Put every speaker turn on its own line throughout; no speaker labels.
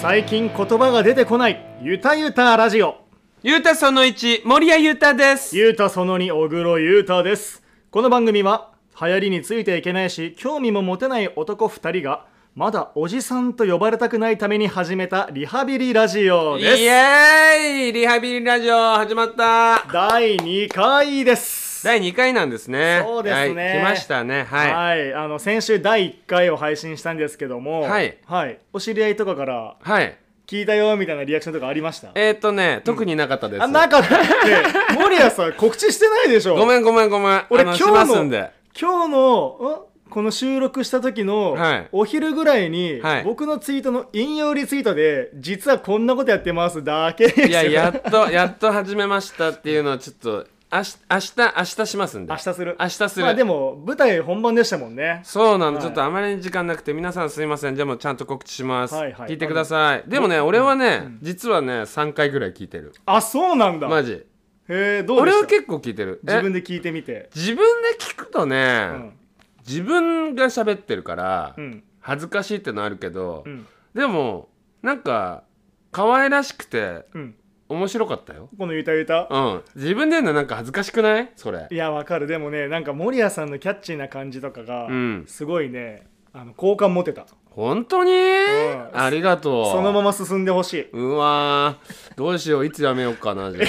最近言葉が出てこないゆたゆたラジオ
ゆうたその1、森谷ゆうたです。
ゆうたその2小黒ゆうたですこの番組は流行りについていけないし興味も持てない男2人がまだおじさんと呼ばれたくないために始めたリハビリラジオ
イ
です
エーイリハビリラジオ始まった
第2回です
第2回なんですね。
そうですね
はい、来ましたね。は
はい、あの先週第1回を配信したんですけども
はい
お知り合いとかから
い。はい。
聞いたよみたいなリアクションとかありました
えっ、ー、とね、特になかったです。
あなんかだって森谷さん告知してないでしょ
ごめんごめんごめん。
俺
あ
今
の
日
し
の
ますんで。
今日のんこの収録した時の、
はい
お昼ぐらいに、
はい
僕のツイートの引用リツイートで実はこんなことやってますだけです
いや、やっと、やっと始めましたっていうのをちょっと、あし明日、明日しますんで。
明日する
明日する
まあでも舞台本番でしたもんね
そうなの、
はい
ちょっとあまりに時間なくて皆さんすいませんでもちゃんと告知します、
はいはい
聞いてくださいでもね俺はね、実はね3回ぐらい聞いてる
あそうなんだ、
マジ
へえどうで
俺
し
は
た
結構聞いてるえ
自分で聞いてみて
自分で聞くとね、
うん
自分が喋ってるから、
うん
恥ずかしいってのあるけど、
うん
でもなんか可愛らしくて
うん
面白かったよ
このゆたゆた、
うん自分で言うのなんか恥ずかしくないそれ
いやわかるでもねなんか守谷さんのキャッチーな感じとかが、
うん
すごいねあの好感持てた
本当に、
ん
ありがとう
そのまま進んでほしい
うわーどうしよういつやめようかなじゃ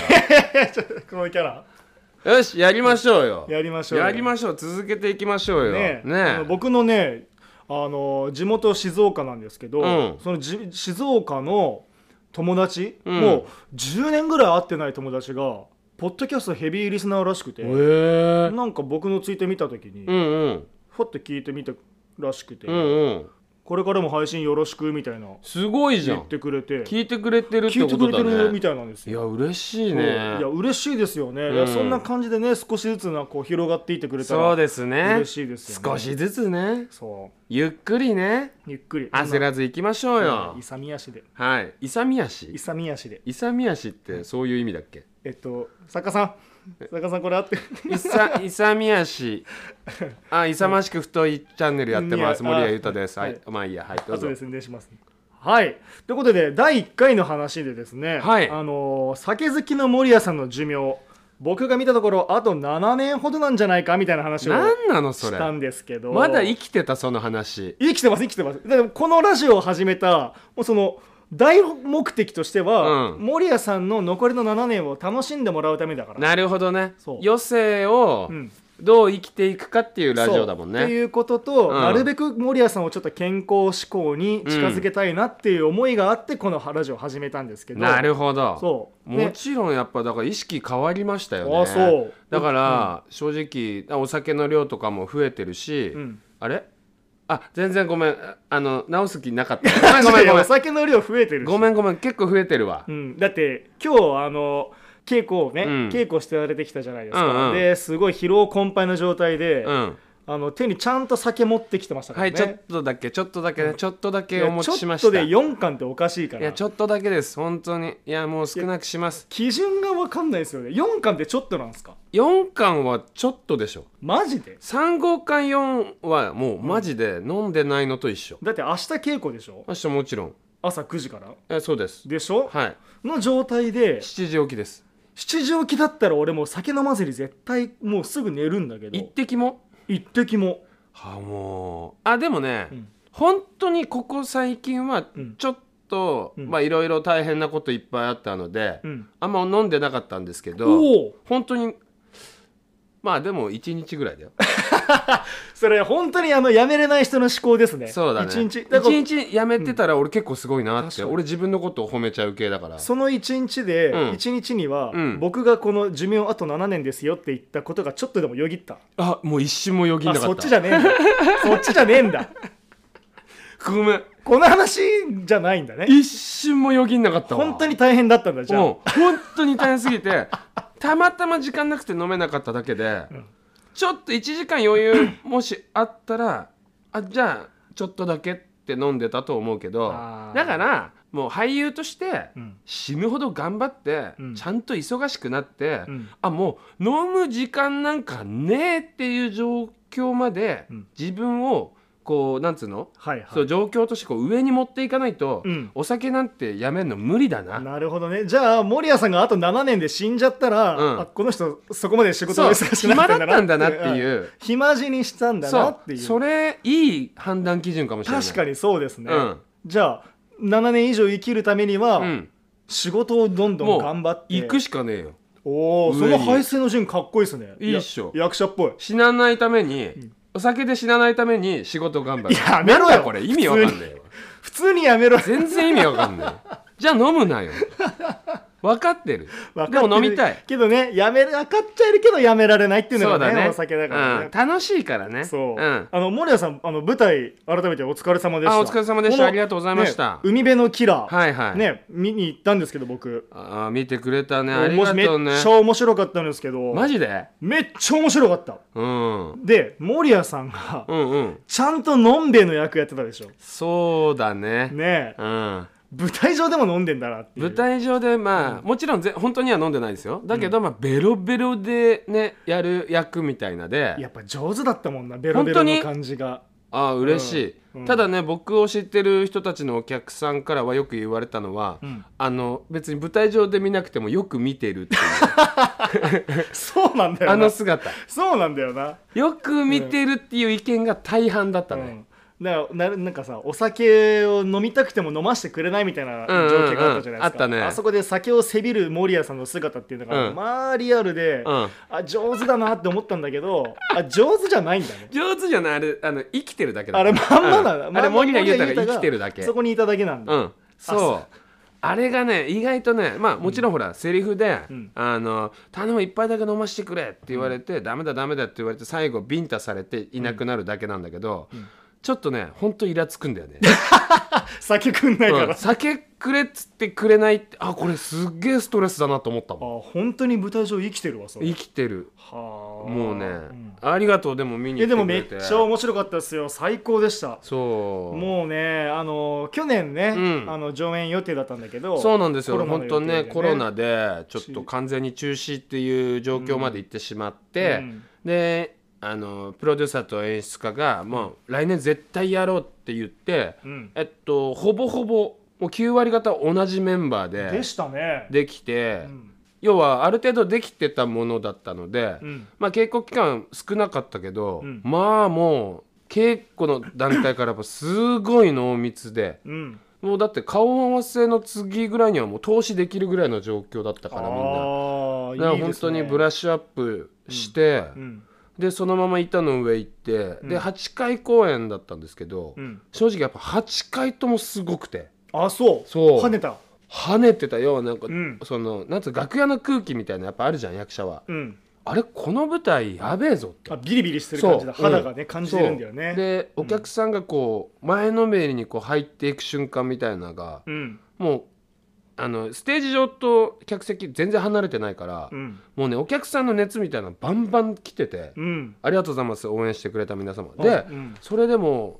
このキャラ
あよしやりましょうよ
やりましょうよ
やりましょう続けていきましょうよ
ね
ね
あの僕のねあの地元静岡なんですけど、
うん
そのじ静岡の友達、
うん
もう10年ぐらい会ってない友達がポッドキャストヘビーリスナーらしくて、
えー、
なんか僕のツイート見た時に、
うんうん
ふわって聞いてみたらしくて、
うんうん
これからも配信よろしくみたいな
すごいじゃ
言
ん
ってくれて
聞いてくれてるって
聞いて
こと
くれて
だ
るみ
ね
たいなんです
いや
よ。
嬉しい
そう
ね
いや嬉しいですよね、いや
うん
そんな感じでね少しずつなこう広がっていってくれた
そう
ら
ですね
嬉しいですよね
少しずつね
そ
ゆっくりね
うゆっくり
焦らず行きましょうよ
うん勇み足で
はい勇み足
勇み足で
勇み足ってそういう意味だっけ
えっと作家さん作家さんこれあって
いさ勇み足あ勇ましく太いチャンネルやってます
いやあ
森谷裕太ですは
はい
いまあいいやはいどう
後
ぞ
で宣伝しますはいということで第1回の話でですね、
はい
あのー酒好きの守谷さんの寿命僕が見たところあと7年ほどなんじゃないかみたいな話を
何なのそ
し
れ
たんですけど
まだ生
き
きてたその話
生きてます生きてますでもこのラジオを始めたもうその大目的としては、
うん
守谷さんの残りの7年を楽しんでもらうためだから
なるほどね
そう
余生を
うん
どう生きていくかっていうラジオだもん
そうって
ね
いうことと、
うん
なるべく守谷さんをちょっと健康志向に近づけたいなっていう思いがあってこのラジオを始めたんですけど
なるほど
そう
も
ね
ちろんやっぱだから意識変わりましたよね
あそう
だから正直お酒の量とかも増えてるし、
うん
あれあ全然ごめんああの直す気なかったごめんごめん
い
ごめ
やお
ん
酒の量増えてるし
ごめんごめん結構増えてるわ
うん、だって今日あの稽古をね、
うん
稽古してやられてきたじゃないですか、
うんうん
ですごい疲労困憊の状態で、
うん
あの手にちゃんと酒持ってきてましたか
は
ら
い
ね、
ちょっとだけちょっとだけねちょっとだけお持ちしま
ちょっ
し
と
た
で
い
4巻っておかしいから
やちょっとだけです本当にいやもう少なくします
基準が分かんないですよね4巻ってちょっとなんですか
4巻はちょっとでしょ
マジで
3号館4はもうマジで飲んでないのと一緒
だって明日稽古でしょ
明日もちろん
朝9時から
えそうです
でしょ
はい
の状態で
7時起きです
7時起きだったら俺もう酒飲まずに絶対もうすぐ寝るんだけ
一
ど
滴も
一滴も
はあもうあでもね、
うん
本当にここ最近は
うん
ちょっと、
うん
まあいろいろ大変なこといっぱいあったので、
うん
あんま飲んでなかったんですけど
おお
本当にまあでも1日ぐらいだよ
それ本当にあのやめれない人の思考ですね
そうだね
一日だから
1日やめてたら俺結構すごいなって、
うん
俺自分のことを褒めちゃう系だから
その一日で、
うん
一日には、
うん
僕がこの寿命あと7年ですよって言ったことがちょっとでもよぎった
あもう一瞬もよぎん
あ
なか
そ
っ
ったちじゃねえん だそっちじゃねえんだ
ごめん
この話じゃないんだね
一瞬もよぎんなかったわ
本当に大変だったんだじゃあ、
もう本当に大変すぎて たまたま時間なくて飲めなかっただけで、ちょっと1時間余 裕もしあったらあじゃあちょっとだけって飲んでたと思うけど
あー
だからもう俳優として
うん
死ぬほど頑張って、
うん
ちゃんと忙しくなって、
うん
あもう飲む時間なんかねえっていう状況まで
うん
自分をこうなんつうの、
はいはい
そう状況としてこう上に持っていかないと、
うん
お酒なんてやめるの無理だな
なるほどねじゃあ守谷さんがあと7年で死んじゃったら、
うん
あこの人そこまで仕事を
そう
忙しくな
暇だったんだなっていう
うん暇死にしたんだなっていう
そうそれいい判断基準かもしれない
確かにそうですね、
うん
じゃあ7年以上生きるためには、
うん、
仕事をどんど
も
ん
う
頑張って
行くしかねえよ
おおそ
上に
の排水の順かっこいいですね
いいっしょ
や役者っぽい
死なないために、お酒で死なないために仕事頑張る
やめろよ
なんだこれ意味わかんねえよ
普通にやめろ
全然意味わかんないじゃあ飲むなよ分かってる
分か
で
ってる
も飲みたい
けどねやめ分かっちゃいるけどやめられないっていうの
そう
が
だ
ね
ね
お酒だからね、
うん楽しいからね
そう、
ん、
あの森谷さんあの舞台改めてお疲れ様でした
あお疲れ様でした
この
ありがとうございました
ね海辺のキラー、
はいはい、
ね見に行ったんですけど僕
あー見てくれたねありが
めっ
とうね
ちゃ面白かったんですけど
マジで、
めっちゃ面白かった
うん、うん
で守谷さんが
うん
ちゃんとのんべえの役やってたでしょ
そうだね
ねえ
うん
舞台上でも飲んでんだなっていう
舞台上でまあもちろんぜ本当には飲んでないですよだけど、まあベロベロでねやる役みたいなで
やっぱ上手だったもんなベロベロ
本当
の
に
感じが
ああ嬉しい、
うんうん
ただね僕を知ってる人たちのお客さんからはよく言われたのは、
ん
あの別に舞台上で見なくてもよく見てるっていう
そうなん だよ
あ
な
の姿
そうなんだよな、
よく見てるっていう意見が大半だった
う
ね、
んだからなるなんかさお酒を飲みたくても飲ましてくれないみたいな状況があったじゃないですか、
うんうんうんあったね
そこで酒をせびる守谷さんの姿っていうのが、
うん
まあリアルで、
うん
あ上手だなって思ったんだけどあ上手じゃないんだね
上手じゃないあれあの生きてるだけだ
あれまんまなの、ま
うん
んま
あれ森田裕太
森田
が生きてるだけ
そこにいただけなんだ、
うん、そうあれがね意外とねまあもちろんほら、セリフで、
ん
あの「頼む一杯だけ飲ましてくれ」って言われて「ダメだダメだ」って言われて最後ビンタされていなくなるだけなんだけど、ちょっとねほんとイラつくんだよね、
酒くんないから、
うん
あ
酒くれっつってくれないってあこれすっげえストレスだなと思ったもん
本当に舞台上生きてるわそれ
生きてる
はあ
もうね、
ん
ありがとうでも見に
いや
来て
でも
く
め
れ
ってちゃ面白かったですよ最高でした
そう
もうねあの去年ね、
うん
あの上演予定だったんだけど
そうなんです
コ
よ
ロナの
本当
予
ね
定で
コロナでちょっと完全に中止っていう状況まで行ってしまって、
うん
であのプロデューサーと演出家がもう来年絶対やろうって言って、
うん
えっとほぼほぼもう9割方同じメンバー
で
で
したね
できて、
うん
要はある程度できてたものだったので、
うん
まあ稽古期間少なかったけど、
うん
まあもう稽古の段階からやっぱすごい濃密で。
うん
もうだって顔合わせの次ぐらいにはもう投資できるぐらいの状況だったからみんな
ああ
だから本当にブラッシュアップして、
うん
でそのまま板の上行って、
うん
で8回公演だったんですけど、
うん
正直やっぱ8回ともすごくて
あそう
そう
跳ねた
跳ねてたようなんか、
うん
そのなんつう楽屋の空気みたいなやっぱあるじゃん役者は、
うん
あれこの舞台やべえぞって
あビリビリしてる感じだ
そう
肌がね、
う
感じてるんだよね
そうでお客さんがこう前のめりにこう入っていく瞬間みたいなのが
うん
もうあのステージ上と客席全然離れてないから、
うん
もうねお客さんの熱みたいなのバンバン来てて、
うん
ありがとうございます応援してくれた皆様で、
うん
それでも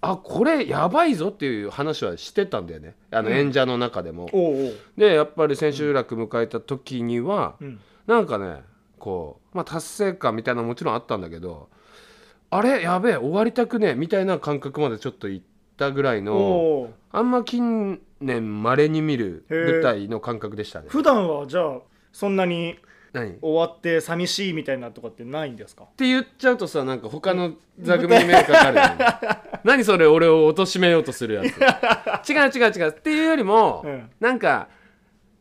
あこれやばいぞっていう話はしてたんだよねあの
うん
演者の中でも、
おうおう
でやっぱり千秋楽迎えた時には、
うん
なんかねこう、まあ、達成感みたいなのもちろんあったんだけどあれやべえ終わりたくねえみたいな感覚までちょっといったぐらい
お
の
うおう
あんま近年まれに見る舞台の感覚でしたね
普段はじゃあそんなに
何
終わって寂しいみたいなとかってないんですか
って言っちゃうとさなんか他の座組に迷惑かか るよね何それ俺を貶めようとするやつ 違う違う違うっていうよりも、
うん
なんか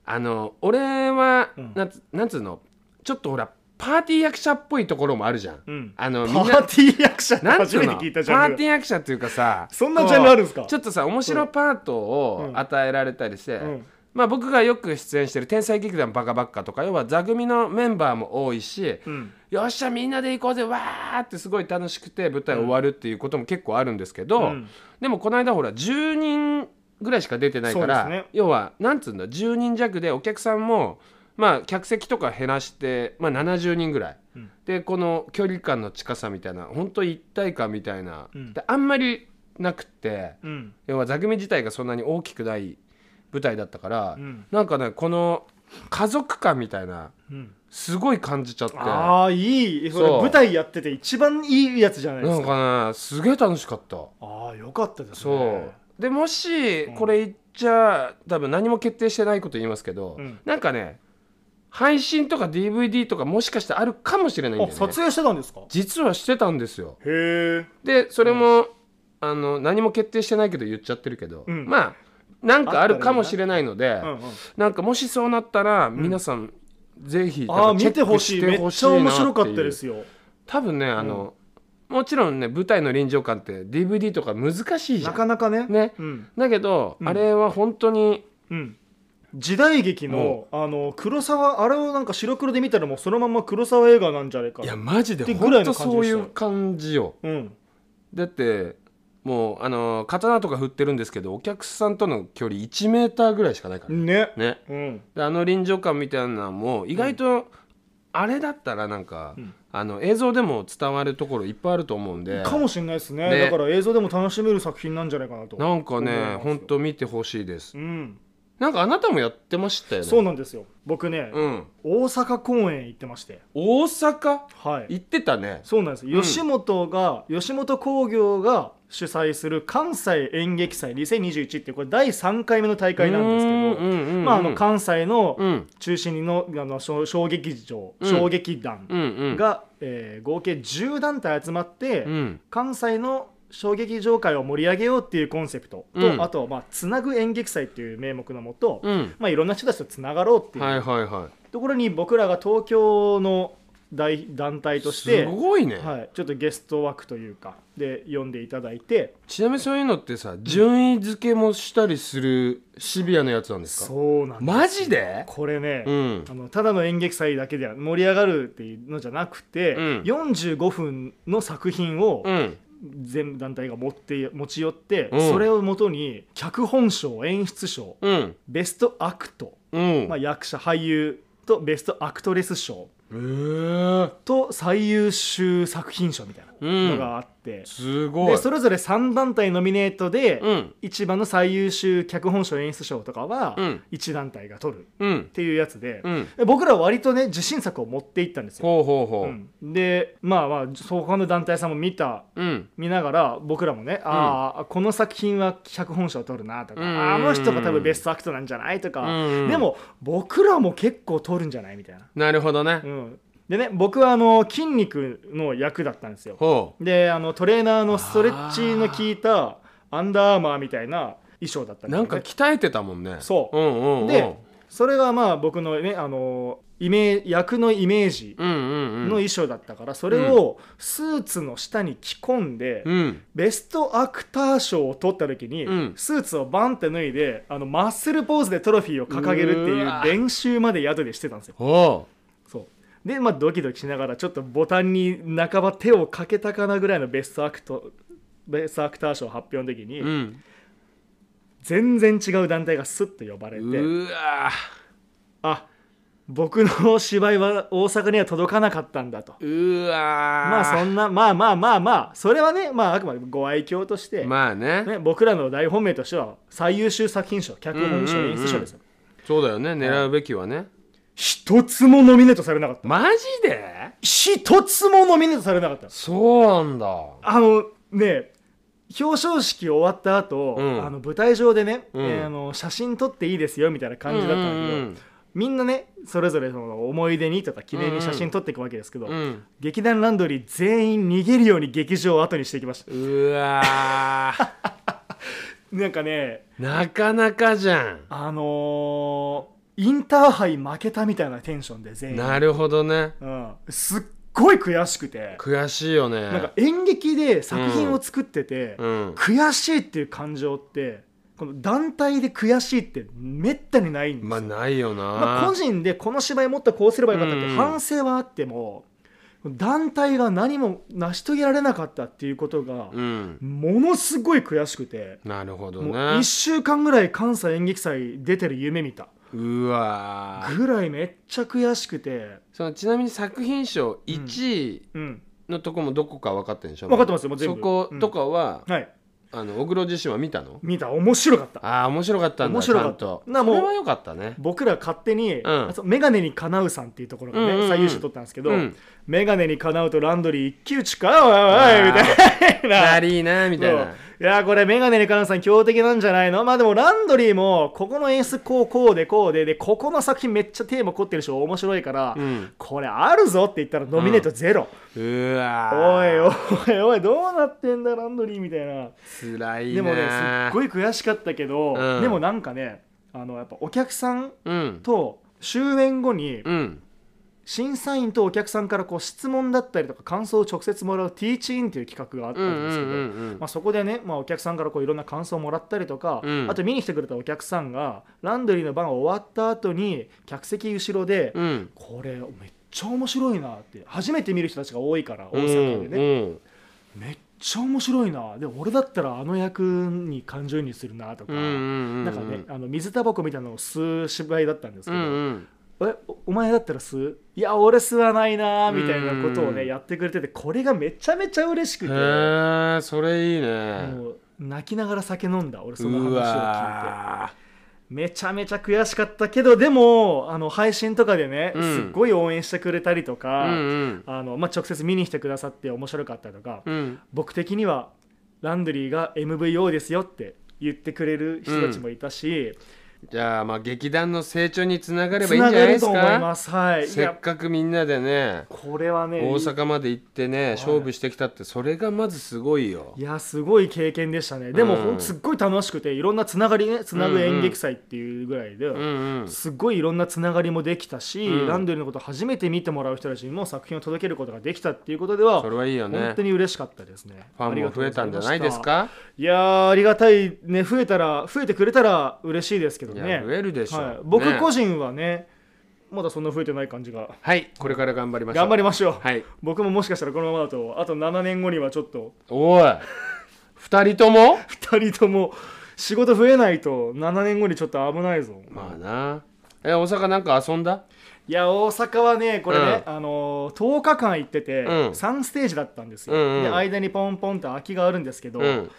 あの俺は、
うん
なんつなんつうのちょっとほらパーティー役者っぽいところもあるじゃん、
うん
あ
パ
のみんな
ーティー役者って
なん
初
つう
めて
のパ
聞い
ー
た
テ
ジャン
ィ
ル
ー役者っていうかさ
そんなジャンルあるんすか
こうちょっとさ面白パートを
うん
与えられたりして、
うん
まあ、僕がよく出演してる「天才劇団バカバッカ」とか要は座組のメンバーも多いし、
うん
よっしゃみんなで行こうぜわーってすごい楽しくて舞台終わるっていうことも結構あるんですけど、
うん
でもこの間ほら10人ぐらいしか出てないか
そ
ら、
うですね
要はなんつうんだ10人弱でお客さんもまあ客席とか減らして、まあ、70人ぐらい、
うん
でこの距離感の近さみたいな本当一体感みたいな、
うん
であんまりなくて
うん
要は座組自体がそんなに大きくない舞台だったから、
うん
なんかねこの家族感みたいな
うん
すごい感じちゃってな
ああいいそれ
そう
舞台やってて一番いいやつじゃないです
ん
か
かねすげえ楽しかった
ああよかったです
そう、
ね
でもしこれ言っちゃ多分何も決定してないこと言いますけど、
うん
なんかね配信とか DVD とかもしかしてあるかもしれないん
あ
で、
撮
ね、
影してたんですかへ
実はしてたんですよ
え
でそれも、あの何も決定してないけど言っちゃってるけど、
うん
まあなんかあるかもしれないので、
うんうん
なんかもしそうなったら皆さん、ぜひ
あ
な
あ
んかチェ
見
ッ
てほ
ク
し
し
い
て
めっ
ほし
ち
い
ゃ
なっていう
面白かったですよ
多分ねあの、もちろんね舞台の臨場感って DVD とか難しいじゃ
なんかなかね
ね
うん
だけど、
うん
あれは本当に
うん時代劇のあの黒沢あれをなんか白黒で見たらもうそのまま黒沢映画なんじゃねえか
いやマジで
ってぐらい
本
の
当
感じ
そ
で
う
し
い
たよ
う感じよ
うん
だってもうあの刀とか振ってるんですけどお客さんとの距離1メーターぐらいしかないからね
ね
ね
うん
であの臨場感みたいなのも意外とあれだったらなんか、
うん
あの映像でも伝わるところいっぱいあると思うんで
かもしれないですね
ね
だから映像でも楽しめる作品なんじゃないかなと
なんか
思います
ね
よ
本当見てほしいです
うん
なんかあなたもやってましたよね
そうなんですよ僕ね
うん
大阪公演行ってまして
大阪
はい
行ってたね
そうなんです、
ん
吉本が吉本興業が主催する関西演劇祭2021っていうこれ第3回目の大会なんですけど、まあ、あの関西の
うん
中心のあの小小劇場
うん
小劇団
うんうん
が、えー合計10団体集まって、
うん
関西の小劇場界を盛り上げようっていうコンセプトと、
うん
あと、まあ、つなぐ演劇祭っていう名目のもと、
うん
まあ、いろんな人たちとつながろうっていう、
はいはいは
ところに僕らが東京の大団体
い
として
すごいね、
はい、ちょっとゲスト枠というかで読んでいただいて
ちなみにそういうのってさ順位付けもしたりするシビアなやつなんですか
そうなんです
マジで
これね、
うん
あのただの演劇祭だけでは盛り上がるっていうのじゃなくて、
うん
45分の作品を
うん
全団体が持って持ち寄って、
うん
それをもとに脚本賞演出賞
うん
ベストアクト、
うん
まあ、役者俳優とベストアクトレス賞
えー、
と最優秀作品賞みたいなのがあって、
すごい
でそれぞれ3団体ノミネートで、
うん
一番の最優秀脚本賞演出賞とかは
うん
一団体が取るっ
うん
ていうやつで
う、ん
僕らは割とね自信作を持っていったんですよ、
ほうほうほう
うんでまあまあそこの団体さんも見た
うん
見ながら僕らもね、ああこの作品は脚本賞を取るなとか、
うん
あの人が多分ベストアクトなんじゃないとか、
うん
でも僕らも結構取るんじゃないみたいな、
なるほどね、
うん、でね僕はあの筋肉の役だったんですよ
ほ
であのトレーナーのストレッチの効いたアンダーアーマーみたいな衣装だったで
うん
す
な
よ
ん
ね
か鍛えてたもんね
そう
うんうんうん
でそれがまあ僕のねあのイメー役のイメージ
うんうんうん
の衣装だったから、それをスーツの下に着込んで、
うん
ベストアクター賞を取った時に、
うん
スーツをバンって脱いであのマッスルポーズでトロフィーを掲げるっていうう
わ
練習まで宿でしてたんですよ。
ほ
そうでまあドキドキしながらちょっとボタンに半ば手をかけたかなぐらいのベストアクトベストアクター賞発表の時に、
ううん
全然違う団体がスッと呼ばれて
うわ
あ僕の芝居は大阪には届かなかったんだと
うわ
まあそんなまあまあまあまあそれはねまああくまでもご愛嬌として、
まあね
ね、僕らの大本命としては最優秀作品賞脚本賞
うんうんう
演
ん
出賞ですよ
そうだよね狙うべきはね、
一つもノミネートされなかった
マジで
一つもノミネートされなかった
そうなんだ
あのね表彰式終わった後、
うん
あの舞台上でね、
うん
えーあの写真撮っていいですよみたいな感じだったんだけど、
うん
みんなねそれぞれその思い出にとか記念に写真撮っていくわけですけど、
うんうん
劇団ランドリー全員逃げるように劇場を後にしていきました
うわ ー
なんかね
なかなかじゃん
あのーインターハイ負けたみたいなテンションで全員
なるほどね
うん、すっごい悔しくて
悔しいよ
なんか
ね
演劇で作品を作ってて、
うん
悔しいっていう感情ってこの団体で悔しいってめったにないんですよ、
まあないよな、
まあ個人でこの芝居もっとこうすればよかったって
うん
反省はあっても団体が何も成し遂げられなかったっていうことが
うん
ものすごい悔しくて、
なるほど
もう
ね
1週間ぐらい関西演劇祭出てる夢見た
うわー
ぐらいめっちゃ悔しくて、
そのちなみに作品賞1位
うん、
のとこもどこか分かってんでしょ、
分かってますよもう全部
そこ
うん
とかは
はい
あの小黒自身は見たの
見た面白かった
ああ面白かったんだ
面白かった
ちゃんと
なもう
それは良かったね
僕ら勝手に、
ん
あそうメガネにかなうさんっていうところがね、
うんうんうん
最優秀取ったんですけど、
うん
メガネにかなうとランドリー一騎打ちかおいおいおいみたいな
ラリーなみたいな
そういやーこれメガネにかなうさん強敵なんじゃないのまあでもランドリーもここの演出こうこうでこうででここの作品めっちゃテーマ凝ってるし面白いから、
うん
これあるぞって言ったらノミネートゼロ、
うわ
おい
ー
おいおいどうなってんだランドリーみたいな
つらいな
でもねすっごい悔しかったけど、
うん
でもなんかねあのやっぱお客さん
うん
と終演後に
うん
審査員とお客さんからこう質問だったりとか感想を直接もらう「ティーチイン」という企画があっ
う
た
んうん
んですけど、
うんうん
まあ、そこでね、まあ、お客さんからこういろんな感想をもらったりとか、
うん
あと見に来てくれたお客さんがランドリーの番終わった後に客席後ろで、
うん
これめっちゃ面白いなって初めて見る人たちが多いから大
うん
阪でね、
うん
めっちゃ面白いなでも俺だったらあの役に感情移入するなとか、
うんうん
なんかねあの水タバコみたいなのを吸う芝居だったんですけ
うん
ど、
うん
えおお前だったら吸ういや俺吸わないなみたいなことを
う
ね
ん
やってくれててこれがめちゃめちゃ嬉しく
へ
て
ーそれいいね
もう泣きながら酒飲んだ俺その話を聞い
う
て
わ
めちゃめちゃ悔しかったけどでもあの配信とかでね、
うん
すっごい応援してくれたりと
ー
か、
うんうん
あのまあ、直接見に来てくださって面白かったとか、
うん
僕的にはランドリーが MVO ですよって言ってくれる人たちもいたし、
じゃあまあ劇団の成長につながれば
つ
いいん
な
じゃ
が
ないで
る
す
と思いま
か
すはいい
せ
や
っかくみんなでね
これはね
大阪まで行ってね勝負してきたってそれがまずすごいよ
いやすごい経験でしたねでも、
うん
ほんとすっごい楽しくていろんなつながりねつなぐ演劇祭っていうぐらいで、
うんうん
すっごいいろんなつながりもできたし、
うん
ランドリーのことを初めて見てもらう人たちにも作品を届けることができたっていうことでは
それはいいよね
本当に嬉しかったですね
ファンも増えたんじゃないです
あ
か
りがとうございましたいやーありがたいね増えたら増えてくれたら嬉しいですけど
いや
ね
増えるでしょ
はい
ね、
僕個人はねまだそんな増えてない感じが
はいこれから頑張りましょう
頑張りましょう、
はい
僕ももしかしたらこのままだとあと7年後にはちょっと
おい二人とも
2人とも仕事増えないと7年後にちょっと危ないぞ
まあなえ大阪なんか遊んだ
いや大阪はねこれね、あのー10日間行ってて、
うん
3ステージだったんですよ、
うんうん
で間にポンポンと空きがあるんですけど、
うん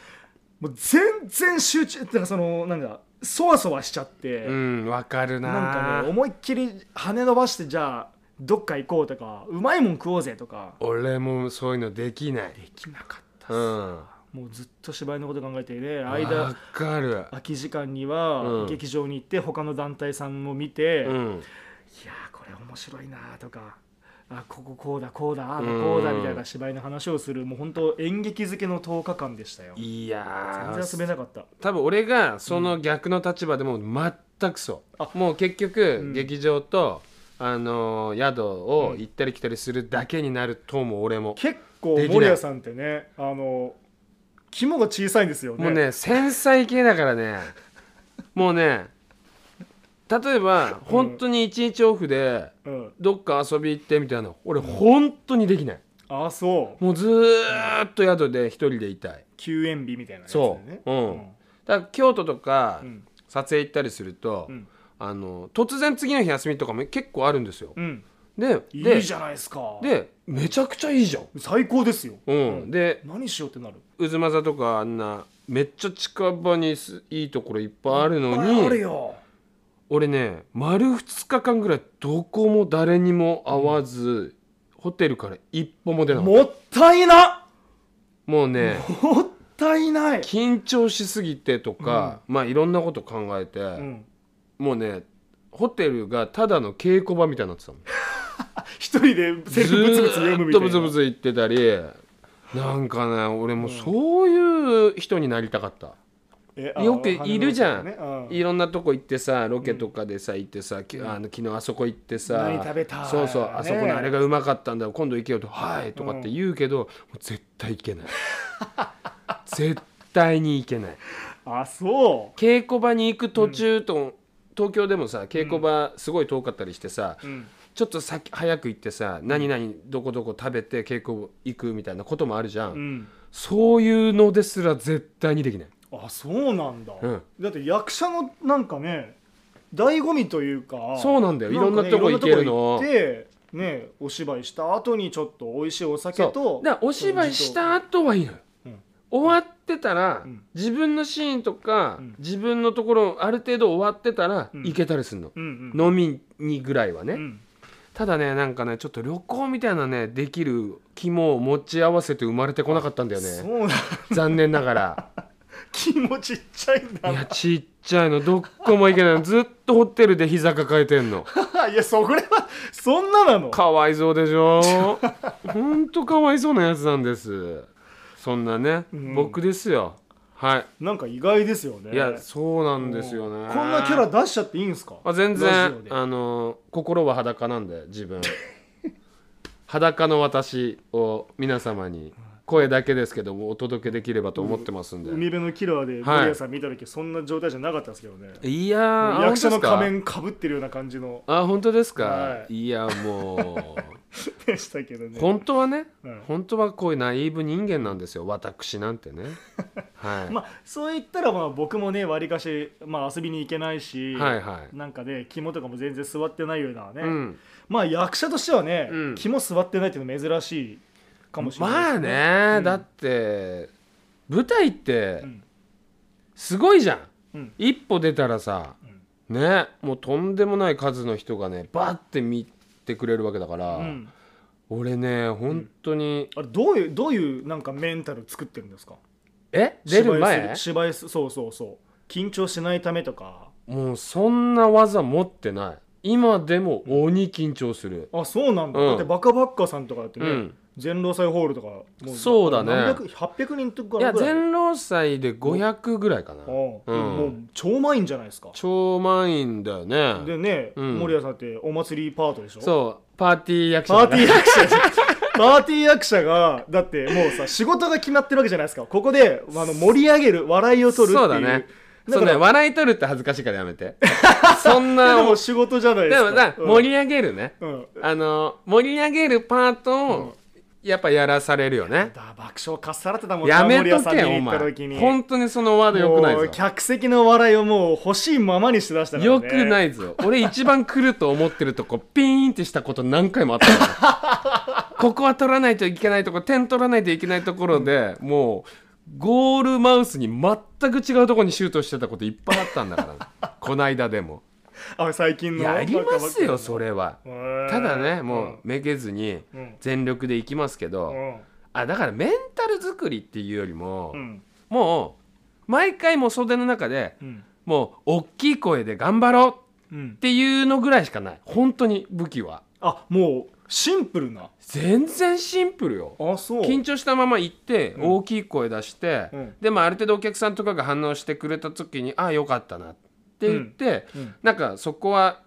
もう全然集中だからそのなんだそわそわしちゃって、
うんわかるな
なんかね思いっきり跳ね伸ばしてじゃあどっか行こうとかうまいもん食おうぜとか
俺もそういうのできない
できなかった
うん
もうずっと芝居のこと考えてね
わ
間
かる
空き時間には
うん
劇場に行って他の団体さんも見て、
う
い
ん
やーこれ面白いなーとかあこここうだこうだああだ
うん
こうだみたいな芝居の話をするもう本当演劇漬けの10日間でしたよ
いや
全然
ー
遊べなかった
多分俺がその逆の立場でも全くそう、
あ
もう結
う
局
ん
劇場と、あのー宿を行ったり来たりするだけになるとも俺も、
結構
できない
守屋さんってねあの肝が小さいんですよね
もうね繊細系だか らねもうね例えば本当に1日オフで
うん、
どっか遊び行ってみたいな俺本当にできない
ああそう
もうずーっと宿で一人でいたい
休園日みたいなやつで
そう、
ね
うんだから京都とか、
うん
撮影行ったりすると、
うん
あの突然次の日休みとかも結構あるんですよ、
うん
で
い
で
いじゃないですか
でめちゃくちゃいいじゃん、
最高ですよ、
うんで
何しようってなる
渦政とかあんなめっちゃ近場にすいいところいっぱいある
あ
の
る
に
よ
俺ね丸2日間ぐらいどこも誰にも会わず、ホテルから一歩も出なかった
もったいな
もうね
もったいない、
緊張しすぎてとか、まあいろんなこと考えて、
うん、
もうねホテルがただの稽古場みたいになっ てたもん
一人でセリフブツブツ読むみたいな
ずーっとブツブツ言ってたりなんかね俺もうそういう人になりたかった、
えあ
よくいるじゃん
ねうん
いろんなとこ行ってさロケとかでさ行ってさ、きあの昨日あそこ行ってさ
何食べた
そうそう
ね
あそこのあれがうまかったんだ今度行けよと「はい」とかって言うけど、もう絶対行 けない絶対に行けない
あそ
稽古場に行く途中と、東京でもさ稽古場すごい遠かったりしてさ、
う、うん、
ちょっと先早く行ってさ何々どこどこ食べて稽古行くみたいなこともあるじゃん、
うん、
そういうのですら絶対にできない
あそうなんだ、
うん
だって役者のなんかね醍醐味というか
そうなんだよ
かね
いろんなとこ行けるの
いろんなとこ行ってねお芝居した後にちょっと美味しいお酒
そう
と
だからお芝居した後はいいのよ、
うん
終わっってたら、
ん
自分のシーンとか、
ん
自分のところある程度終わってたら、
うん
行けたりするの、
うんうん
飲みにぐらいはね、
うん
ただねなんかねちょっと旅行みたいなねできる肝を持ち合わせて生まれてこなかったんだよ
そ
ね
うな
残念ながら
気持ちっちゃいんだ
いやちっちゃいのどっこも行けないのずっとホテルで膝抱えてんの
ないやそれはそんななの
かわいそうでしょほんとかわいそうなやつなんですそんなね、
うん
僕ですよはい
なんか意外ですよね
いやそうなんですよね
こんなキャラ出しちゃっていいんですか
まあ、全
ラジオ
然
で
あの心は裸なんで 自分裸の私を皆様に声だけですけどもお届けできればと思ってますんで、
海辺のキラーで
は
森
い
谷さん見た時そんな状態じゃなかったですけどね、
いやー
役者の
本当ですか
仮面かぶってるような感じの
あ本当ですか、、
はい
やも
でしたけど
う
ね
本当はね、
うん
本当はこういうナイーブ人間なんですよ私なんて ねはい、
まあそう言ったらまあ僕もねわりかし、まあ、遊びに行けないし、
はいはい
なんかね肝とかも全然座ってないようなね、
うん
まあ役者としてはね、
うん
肝座ってないっていうの珍しいかもしれ
ま
な
あ
いです、
ね、
うん
だって舞台って
ん
すごいじゃ
う
ん、
ん
一歩出たらさ、ねもうとんでもない数の人がねバーって見てくれるわけだから、
うん、
俺ね本当に、
あれどういうどういうなんかメンタル作ってるんですか
え出る前
芝居す芝居すそうそうそう緊張しないためとか
もうそんな技持ってない今でも鬼緊張する、
あそうなんだ、
うん
だってバカバッカさんとかだってね、
うん
全労祭ホールとかも
そうだね
何百800人とか
いや
ぐらい
全労祭で500ぐらいかな、
ああ
うん
もう超満員じゃないですか
超満員だよね
でね、
うん
森谷さんってお祭りパートでしょ
そうパーティー役者
パーテ
だ
ィー役者 パーティー役者がだってもうさ仕事が決まってるわけじゃないですかここであの盛り上げる笑いを取るってい
そううだね
だ
そう
か
ね
ら
笑い取るって恥ずかしいからや めてそんな
でも仕事じゃないで
ですも
か
な
うん
盛り上げるね、
うん
あの盛り上げるパートをやっぱやらされるよね、
だ爆笑かっさらってたもん
やめ
森谷
と
さん
け
見に
お
行った時
前
に
本当にそのワードよくない
もう
ぞ
客席の笑いをもう欲しいままにして出したからね
よくないいぞ俺一番来ると思ってるとこピーンってしたこと何回もあったから ここは取らないといけないとこ点取らないといけないところでもうゴールマウスに全く違うところにシュートしてたこといっぱいあったんだからこないだでも
あ最近の
やりますよそ
れ
れはた
た
だねもうめげずに
うん
全力でいきますけど、
うん
あだからメンタル作りっていうよりも、
うん
もう毎回もう袖の中で
うん
もう大きい声で頑張ろう
うん
っていうのぐらいしかない本当に武器は
あもうシンプルな
全然シンプルよ
あそう
緊張したまま行って
うん
大きい声出して、
うん
でもある程度お客さんとかが反応してくれた時にああよかったなって言って、
うん
なんかそこは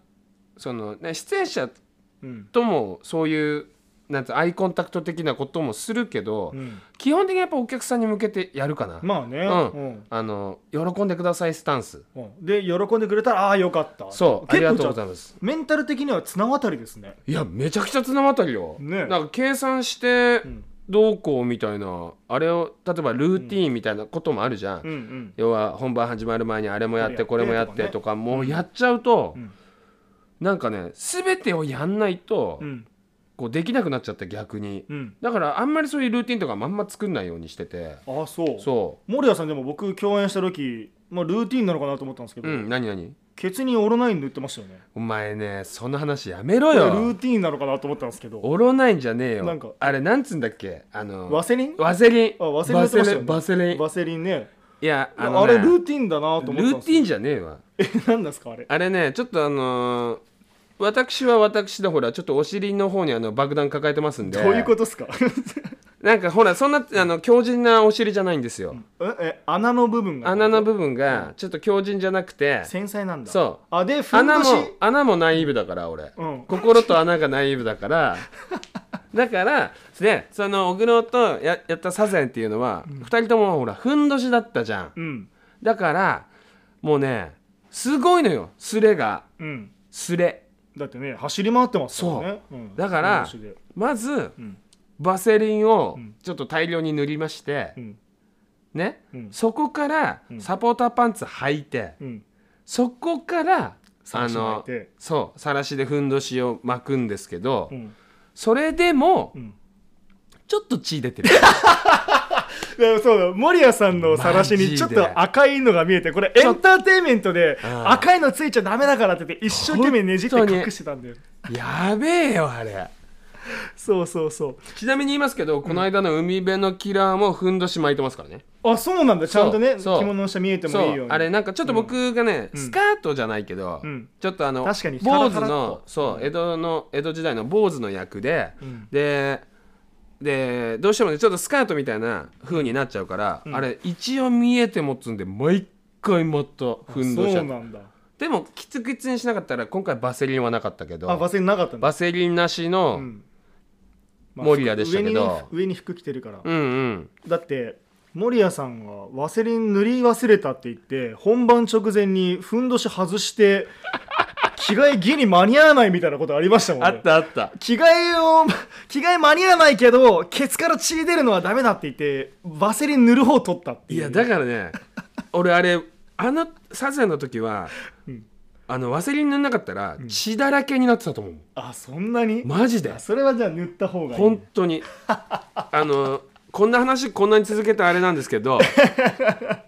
その、ね、出演者
うん
ともそういうなんてアイコンタクト的なこともするけど、
うん
基本的にやっぱお客さんに向けてやるかな、
まあね
うんあの喜んでくださいスタンス
うんうんで喜んでくれたらああーよかった
そうあり
結構
が
じ
とう
ゃ
ござ
あ
います
メンタル的には綱渡りですね
いやめちゃくちゃ綱渡りよ、
ね
なんか計算して
うん
どうこうみたいなあれを例えばルーティーンみたいなこともあるじゃん、
うんうん
要は本番始まる前にあれもやってこ
こ
れ
れ
もや
や
っ
ってて
と
と
かもうやっちゃうと、
うん
なんかね全てをやんないと、
うん
こうできなくなっちゃって逆に
うん
だからあんまりそういうルーティーンとかまんま作んないようにしてて
ああそう
そ
森谷さんでも僕共演した時まあルーティンなのかなと思ったんですけ
う
ど
うん何何
ケツにオロナイン塗ってましたよね
お前ねその話やめろ
これルー
よ
ティンなのかなと思ったんですけど
オロナインじゃねえよ
なんか
あれなんつうんだっけあの
ワセリン
ワセリン
あワセリン塗ってましたよね
バセリンバセリン
ワセリンね
いやあ
あ
のね
れルーティンだなと思った
ル
ん
ー
です
ティーンじゃねえわ
ン え何ですかあれ
あれねちょっとあのー私は私でほらちょっとお尻の方にあの爆弾抱えてますんで
どういうことですか
なんかほらそんなあの強靭なお尻じゃないんですよ、
ええ穴の部分が
穴の部分がちょっと強靭じゃなくて
繊細なんだ
そう
あでふん
穴
どし
も穴もナイーブだから俺、
うん
心と穴がナイーブだから だからでその小黒とややったサザエっていうのは、二人ともほらふんどしだったじゃん
うん
だからもうねすごいのよスレが
うん
スレ
だってね走り回ってますからねうん
だから
ふんどしで
まず
うん
バセリンを
うん
ちょっと大量に塗りまして
う、ん
ね
うん
そこから
うん
サポーターパンツ履いて、
うん
そこから
晒し巻いて
そうさらしでふんどしを巻くんですけど、
うん
それでも
うん
ちょっと血出てる
からそうだ守屋さんの晒し
マジ
に
で
ちょっと赤いのが見えてこれエンターテインメントで
うん
赤いのついちゃダメだからって言って一生懸命ねじって
本当に
隠してたんだよ
やべえよあれ
そうそうそう
ちなみに言いますけどこの間の海辺のキラーもふんどし巻いてますからね
あそうなんだちゃんとね着
そう
物の下見えてもいいよう
そう
に
あれなんかちょっと僕がね、スカートじゃないけど、
うん
ちょっとあの
確かに
坊主
カラカラっ
の
と
そう江戸の江戸時代の坊主の役で、
ん
ででどうしてもねちょっとスカートみたいな風になっちゃうから、あれ一応見えて持つんで毎回またふんどしち
そ
ゃ
う
う
なんだ
でもきつきつにしなかったら今回バセリンはなかったけど
あバセリンなかったんだ
バセリンなしの、
ん
モリアでしたけど
上にね上に服着てるから
うんうん
だって守屋さんはワセリン塗り忘れたって言って本番直前にふんどし外して 着替えギリ間に合わないみたいなことありましたもんね
あったあった
着替えを 着替え間に合わないけどケツから血出るのはダメだって言ってワセリン塗る方を取ったってい
いう
い
やだからね俺あれあのサザエの時は、あのワセリン塗んなかったら血だらけになってたと思う、
あそんなに
マジで
あそれはじゃあ塗った方がいい
本当にあのこんな話こんなに続けたらあれなんですけど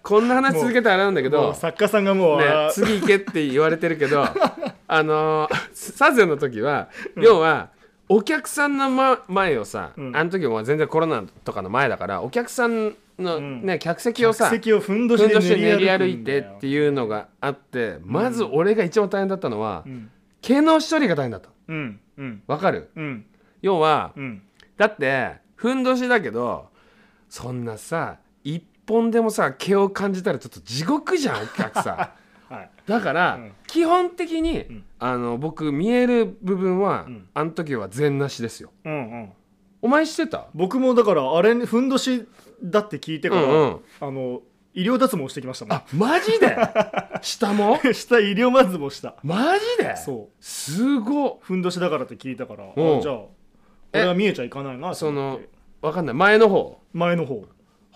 こんな話続けたらあれなんだけ
も
ど
う、作家さんがもう、
ね
あ、ー
次行けって言われてるけ どあのサザエの時は要は、お客さんの、ま、前をさ、
うん
あの時も全然コロナとかの前だからお客さんの、
ん
ね客席をさ
客席をふんどし
ふん
で
どし
塗
で練
り
り
歩
歩
い
いて
て
っていうのがあって、まず俺が一番大変だったのは、
うん
毛の処理が大変だった
うんうん
わかる
うん
要は、
うん
だってふんどしだけどそんなさ一本でもさ毛を感じたらちょっと地獄じゃんお客さ ん
はい
だから、
うん
基本的に、
ん
あの僕見える部分は、
ん
あの時は全なしですよ
うんうん
お前してた
僕もだからあれふんどしだって聞いてから、
うんうん
あの医療脱毛してきましたも
あマ ジで下も
ん した医療脱毛した
マジで
そう
すごっ
ふんどしだからって聞いたから
うん
あじゃあ俺は見えちゃいかないなと
そ
思っ
の
て
わかんない前の方
前の方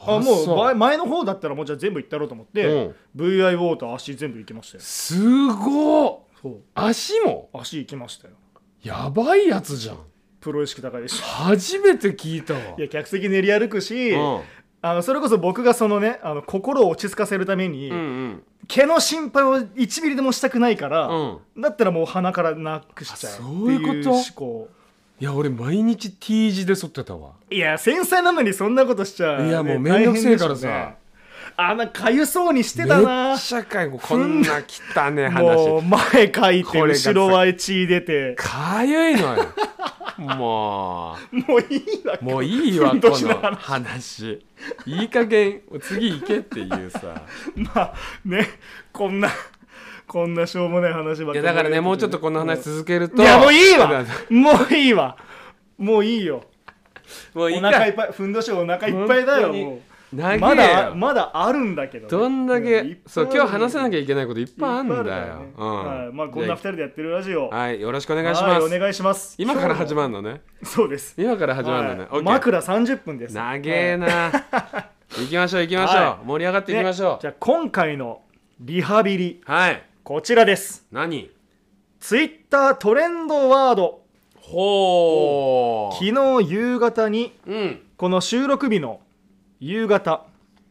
あ
あも
そう
う前前の方だったらもうじゃあ全部いったろうと思って、
うん
VI ウォーター足全部いきましたよ
すごっ
そう
足も
足いきましたよ
やばいやつじゃん
プロ意識高いでしょ
初めて聞いたわ
いや客席練り歩くし、
うん
あのそれこそ僕がそのねあの心を落ち着かせるために、
うんうん
毛の心配を1ミリでもしたくないから、
うん
だったらもう鼻からなくしちゃう
あ
って
そういうこと
いう思考
いや俺毎日 T 字で剃ってたわ
いや繊細なのにそんなことしちゃ
いやもう
ね大
めんどくせえ
変でしょ
からさ
ねあなんかゆそうにし
め
てたな
っちゃかゆいこんな汚ねえ
もう
話
前かいて
これがさ
後ろは血出て
かゆ いのよも
もういいわ
うもういい
ふ
わこ
んどしの
の話いい加減次行けっていうさ
まあねこんなこんなしょうもない話ばっかり
いやだからねもうちょっとこの話続ける
い
と
やもういいわもういいわもういいよ
もういい
お
か
腹いっぱいふんどしお腹いっぱいだ
本
よ
当に
もう
長えよ
まだまだあるんだけどね、
どんだ
ういっ
け
ぱい
そう今日話さなきゃ
い
いけないこといっぱいあんだよ
っぱいあるからねはい
うん
まあこんな二人でやってるラジオ
じゃあはいよろしくお願いし
は
ま
いお
す
願いします
今から始まるのね
るそうです
今から始まるのね
はい
OK
枕30分です
長
は
え
い
な行きましょう行きましょ
は
う盛り上がっていきまし
ね
ょ
じゃあ今回のリハビリ
うはい
こちらです
何
ツイッタートレンドワード
ほう
昨日夕方に
うん
この収録日の夕方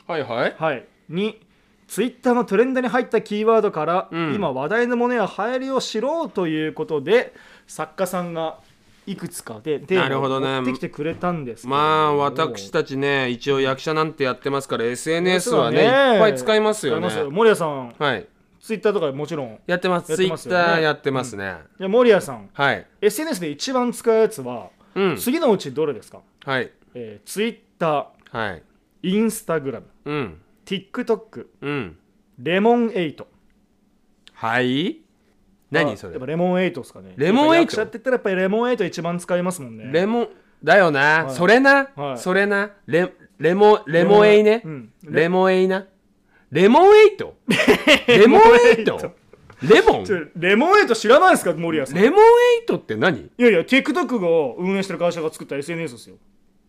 はいはい
はいにツイッターのトレンドに入ったキーワードから、
うん
今話題のものや流行りを知ろうということで作家さんがいくつかでテ
なる
ー
ほ
マ
ど
を持
ね
ってきてくれたんですけれど
ま
も
あ私たちね一応役者なんてやってますから SNS はねい
実はね
っぱい使いますよね
使い守屋さん
はい
ツイッターとかもちろん
やってます
やっ
ツイ
てます
ッ
よね
ターやってますね
じゃあ守屋さん
はい
SNS で一番使うやつは、
うん
次のうちどれですか、
はい
えー、ツイッタ
はい
ーインスタグラム
うん
TikTok
うん
レモンエイト
はい何そ
や
れ
っぱレモンエイトですかね
レモンエイト
やっぱ役者って言ったらやっぱりレモンエイト一番使いますもんね
レモンだよな、
はい
それな、
はい
それなレレモレモエイね、
うん
レモエイなレモエ イトレモエイトレモン
ちょレモンエイト知らないですか森谷さんい
レモンエイトって何
やいや TikTok が運営してる会社が作った SNS ですよ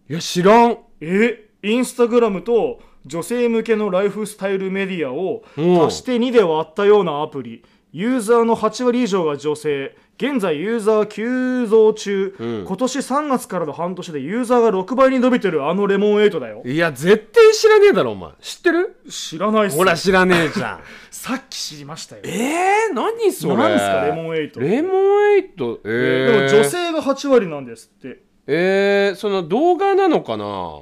いや知らん
えインスタグラムと女性向けのライフスタイルメディアを
うん
足して2で割ったようなアプリユーザーの8割以上が女性現在ユーザー急増中、
うん
今年3月からの半年でユーザーが6倍に伸びてるあのレモン8だよ
いや絶対知らねえだろお前知ってる
知らないっす
ほら知らねえじゃん
さっき知りましたよ
えー、何それ
何すかレモンエイト
レモンエイトえー、
でも女性が8割なんですって
えー、その動画なのかな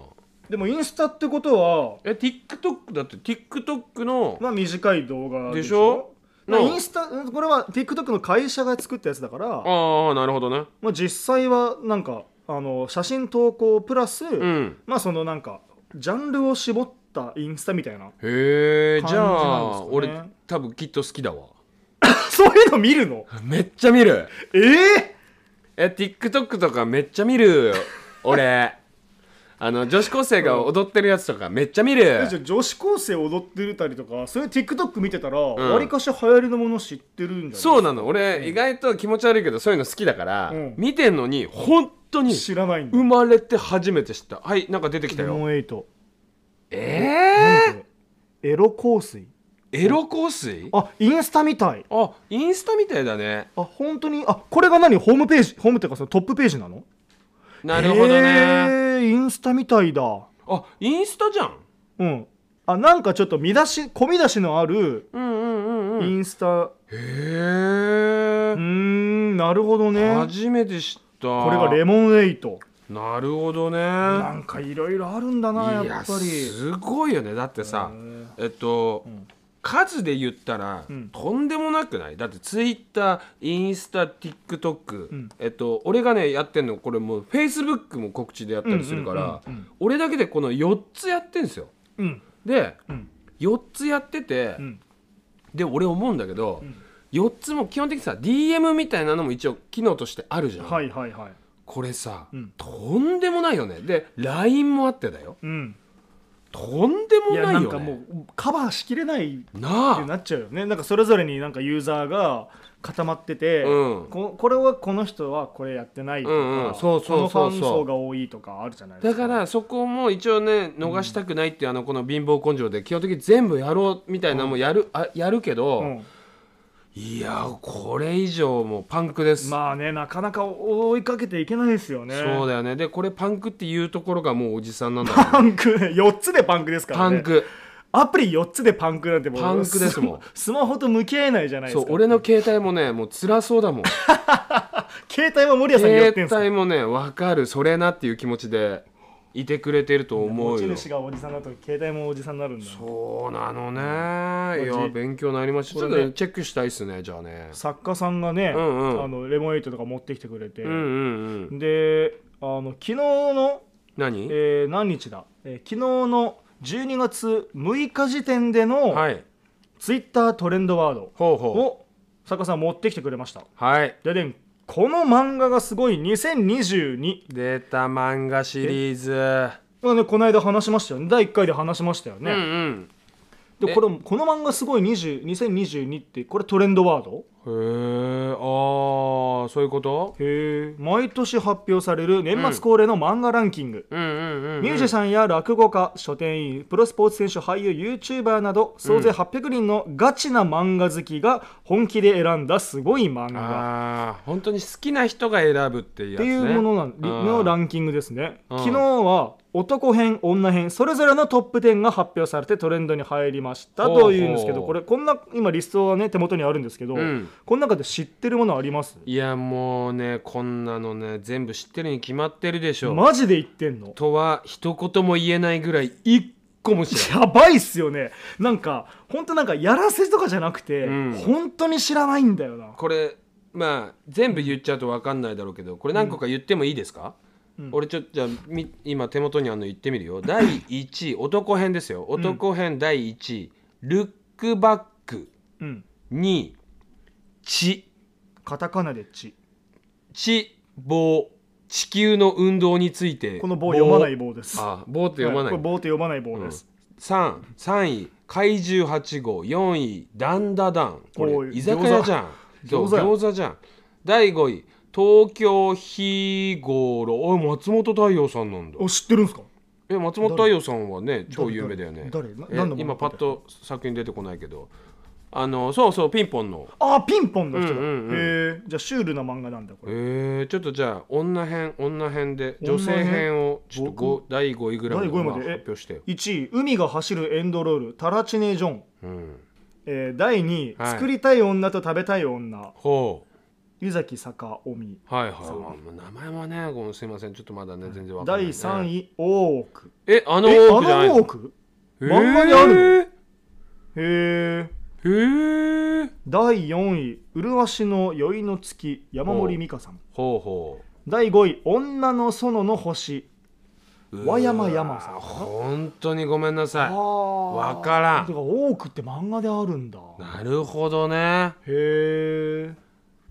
でもインスタってことは
え TikTok だって TikTok の、
まあ短い動画
でしょ
でしょだから
の
インスタうんこれは TikTok の会社が作ったやつだから、
ああなるほどね
まあ、実際はなんかあの写真投稿プラス、
うん
まあそのなんかジャンルを絞ったインスタみたいな
へえ
感
じ
じ
ゃ
なんで
あ、
すかね
俺多分きっと好きだわ
そういうの見るの
めっちゃ見る
ええ
え TikTok とかめっちゃ 見る俺あの女子高生が踊ってるやつとかめっちゃ見る
じゃあ女子高生踊ってたりとかそういう TikTok 見てたらわ
ん
り、かし流行りのもの知ってるんじゃない
そうなの俺意外と気持ち悪いけどそういうの好きだから、
うん
見てんのに本当に
知らないんだ
生まれて初めて知ったはいなんか出てきた
レ
よ
モンエイト
え
これエロ香水
ー、エロ香水あ
あインスタみたい
インスタみたいだね
あ本当にあこれが何ホームページホームっていうかそのトップページなの
なるほどね、
へーインスタみたいだ
あインスタじゃん
うんあなんかちょっと見出し込み出しのある
うんうんうん
イ
へ
ンスタ、う
え
ーんなるほどね
初めて知った
これがレ
モ
モンエイト
なるほどね
なんかいろいろあるんだなやっぱ
いや
り
すごいよねだってさ
へー
えっと、
ん
数で言ったら、
うん
とんでもなくないだってツイッターインスタ TikTok、
うん
えっと俺がねやってんのこれもう Facebook も告知でやったりするから、
うんうんうんうん
俺だけでこの4つやってんですよ
うん
で
うん
4つやってて、
うん
で俺思うんだけど、
ん
4つも基本的にさ DM みたいなのも一応機能としてあるじゃん、
はいはいはい
これさ、
うん
とんでもないよねで LINE もあってだよ
うん
とんでも
い
ないよ
や
ね
なんかもうカバーしきれない
な
って
あ
なっちゃうよねなんかそれぞれになんかユーザーが固まってて、
うん
ここれはこの人はこれやってないとか、
うんうんそうそうそうそう
このファン層が多いとかあるじゃないで
だ
すか
からそこも一応ね逃したくないっていうあのこの貧乏根性で基本的に全部やろうみたいなのもやる,、あやるけど、
うん
いやこれ以上もうパンクです、
まあねなかなか追いかけていけないですよね
そう
だ
だよねでこれパンクっていうところがもうおじさんなんだろうね
パンク4つでパンクですから
パ
ね
ンク
アプリ4つでパンクなんてもう
パンクですもん
ススマ ホと向き合えないじゃないで
そ
す
う
か
俺の携帯もねもう辛そ うだもん
携帯は森谷さんやって
携
んすか
帯もね分かるそれなっていう気持ちでいてくれてると思
持
う
ち
よ
主がおじさんだと携帯もおじさんになるんだ
そうなのねい
こ
や
れじ
勉強になりましたち
これ
ょっ
ね
とねチェックしたいっすねじゃあね
作家さんがね、
うんうん
あのレモンエイトとか持ってきてくれて、
うんうんうん
であの昨日の、
何
えー何日だ、えー昨日の12月6日時点での
はい
ツイッタートレンドワード
ほうほう
を坂さん持ってきてくれました
はい
ででんこの漫画がすごい2022
出た漫画シリーズ
まあねこの間話しましたよね第1回で話しましたよ
うんう
ね、
ん
でこれこの漫画すごい20 2022ってこれトレンドワード
へえあーそういうこと
へえ毎年発表される年末恒例の漫画ランキング、
うんうんうんうん
ミュージシャンや落語家、書店員、プロスポーツ選手、俳優、YouTuber など総勢800人のガチな漫画好きが本気で選んだすごい漫画っ
ああ本当に好きな人が選ぶっていうや
て
つね
いうものなんり
うん
のランキングですね。
うん
昨日は男編、女編それぞれのトップ10が発表されてトレンドに入りました
ほうほう
というんですけどこれこんな今リストはね手元にあるんですけど、
うん
この中で知ってるものあります
いやもうねこんなのね全部知ってるに決まってるでしょ
マジで言ってんの
とは一言も言えないぐらい一個も知らない
やばいっすよねなんか本当なんかやらせとかじゃなくて、
うん
本当に知らないんだよな
これまあ全部言っちゃうと分かんないだろうけどこれ何個か言ってもいいですか、
うん
俺ちょっとじゃあみ今手元にあるの言ってみるよ第1位男編ですよ男編第1位、ルックバック
うん
2位地
カタカナで「ち」
地棒地球の運動について
この棒読まないい棒です
あ棒って読まない、
はこれ棒って読まない棒です、
三三位怪獣8号4位ダンダダンこ
お
れ
い
居酒屋じゃんそう
餃子
餃子じゃん第5位東京日ごろおい松本太陽さんなんだ
お知ってるんですか
え松本太陽さんはね超有名だよね
誰誰な
え
何の物語
今パッと作品出てこないけどあのそうそうピンポンの
ああピンポンの人だ、
うんうんう
へ
ん
えじゃあシュールな漫画なんだこれ、
えー、ちょっとじゃあ女編女編で
女編
女性編をちょっとご第5位ぐらい
第五位まで
まあ
え
発表してよ、
1位「海が走るエンドロールタラチネジョン
うん、」
えー第2位、
はい
作りたい女と食べたい女」
ほう
湯崎坂尾美
はいはい、
そう
名前はねごめんすいませんちょっとまだね全然わかんない、
第
ね、
3
位
位「大奥」
えあの
え
多
あ
くじゃない
の大
の
奥
え
奥漫画にあるへ
へ
え
えへえ
第4位「麗しの宵の月」山森美香さん
ほうほ
第5位「女の園の星
う
和山山さん
うわ本当にごめんな」
あ
さい
ー
わからん
てか大奥って漫画であるんだ
なるほどね
へえ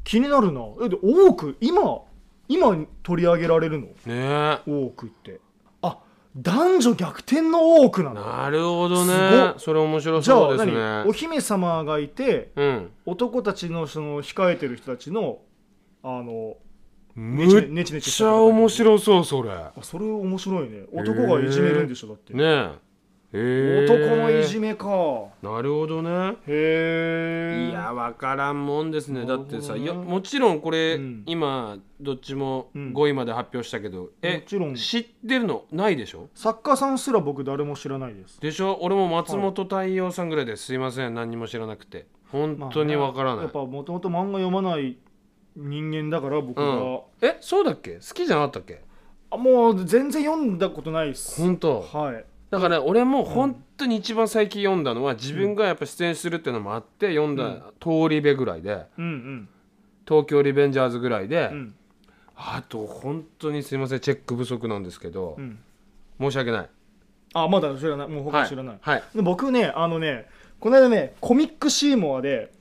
気になるなえで大奥今今取り上げられるの
ねえ
大奥ってあ男女逆転の大奥なの
なるほど
すご
ね
っ
それ面白
じゃ
そ
あ
うですね
何お姫様がいて
うん
男たちのその控えてる人たちのあのねちね
む
ねちね
っ
ち
ちゃ面白そうそれ
あそれ面白いね男がいじめるんでしょだって、
ねえへえ
男のいじめか
なるほどね
へえ
いや分からんもんですね
な
だ
る
っ
ほどね
てさいやもちろんこれ、
うん
今どっちも
うん
5位まで発表したけど、
も
え
ちろん
知ってるのないでしょ
作家さんすら僕誰も知らないです
でしょ俺も松本太陽さんぐらいですいません何にも知らなくて本当に分からない、
やっぱもともと漫画読まない人間だから僕が、
うんえそうだっけ好きじゃなかったっけ
あもう全然読んだことないっす
本当
はい
だから俺も本当に一番最近読んだのは自分がやっぱ出演するっていうのもあって読んだ「通り部」ぐらいで
うん
「東京リベンジャーズ」ぐらいで
うんうん
あと本当にすいませんチェック不足なんですけど
うん
申し訳ない
あまだ知らないもう他知らない、
はい
で僕ねあのねこの間ねコミックシーモアで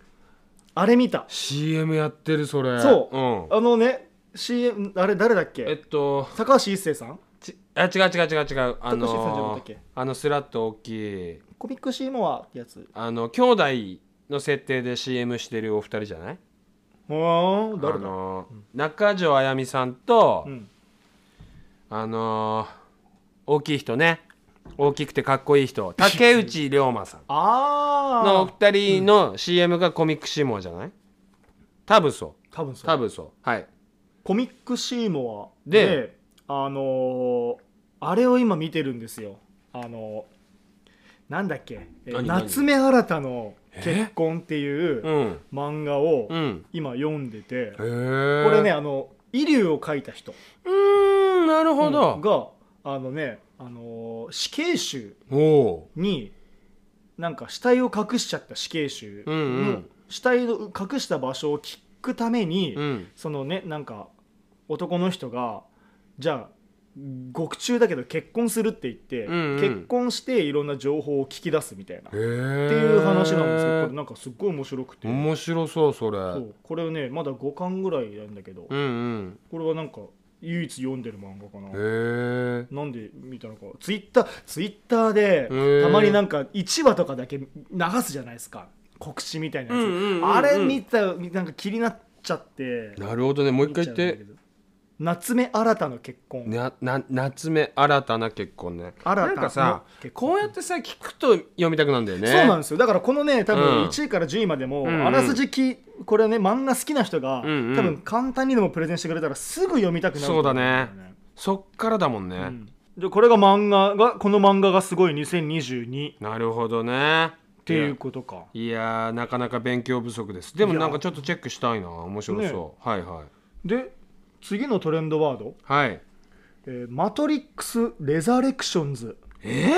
あれ見た
CM やってるそれ
そう
うん
あのね CM あれ誰だっ
えっ
け
と
高橋一生さん
ちあ違う違う違う違うあ
高橋さんじゃなかった
の
っけ
あのスラッと大きい
コミックシーモアってやつ
あの兄弟の設定で CM してるお二人じゃない
ああ誰
あ
だ
の中条あやみさんと、
うん
あのー大きい人ね大きくてかっこいい人竹内涼真さん
あ
のお
あ
二人の CM がコミックシモアじゃない多分そ
多分
う
そう
多分そうはい
コミックシーモアで
で
あのーあれを今見てるんですよあのーなんだっけえ
何何
夏目新たの結婚っていう
うん
漫画を
うん
今読んでて、
へえこ
これねあのイリュウを描いた人
うーんなるほど、
があのね、あのー死刑囚
おお
になんか死体を隠しちゃった死刑囚
うん
の
うん
死体を隠した場所を聞くために、
うん
そのねなんか男の人がじゃあ獄中だけど結婚するって言って、
うんうん
結婚していろんな情報を聞き出すみたいな、
へ
っ
え
ていう話なんですけどこれなんかすっごい面白くて、
面白そうそれ
そううこれねまだ5巻ぐらいなんだけど、
んうん
これはなんか唯一読んでる漫画かな。
へえ
なんで見たのかツイッターツイッター
へー
でたまになんか1話とかだけ流すじゃないですか告知みたいなやつ、
うんうんうんうん
あれ見たなんか気になっちゃって
なるほどねもう一回言って
夏目新たの結婚、
なな夏目新たな結婚ね
新た
なんかさ
の結婚
こうやってさ聞くと読みたくなんだよね
そうなんですよだからこのね多
うん
分1位から10位までも、
うんうん
あらすじきこれね漫画好きな人が、
うんうん
多分簡単にでもプレゼンしてくれたらすぐ読みたくなると思んよ
そうだそっからだもんね、
うんでこれが漫画がこの漫画がすごい2022っ
なるほどねって
いうことか
いやーなかなか勉強不足ですでも
いや
なんかちょっとチェックしたいな面白そう、はいはい
で次のトレンドワード
はい
「えーマトリックス・レザレクションズ
え」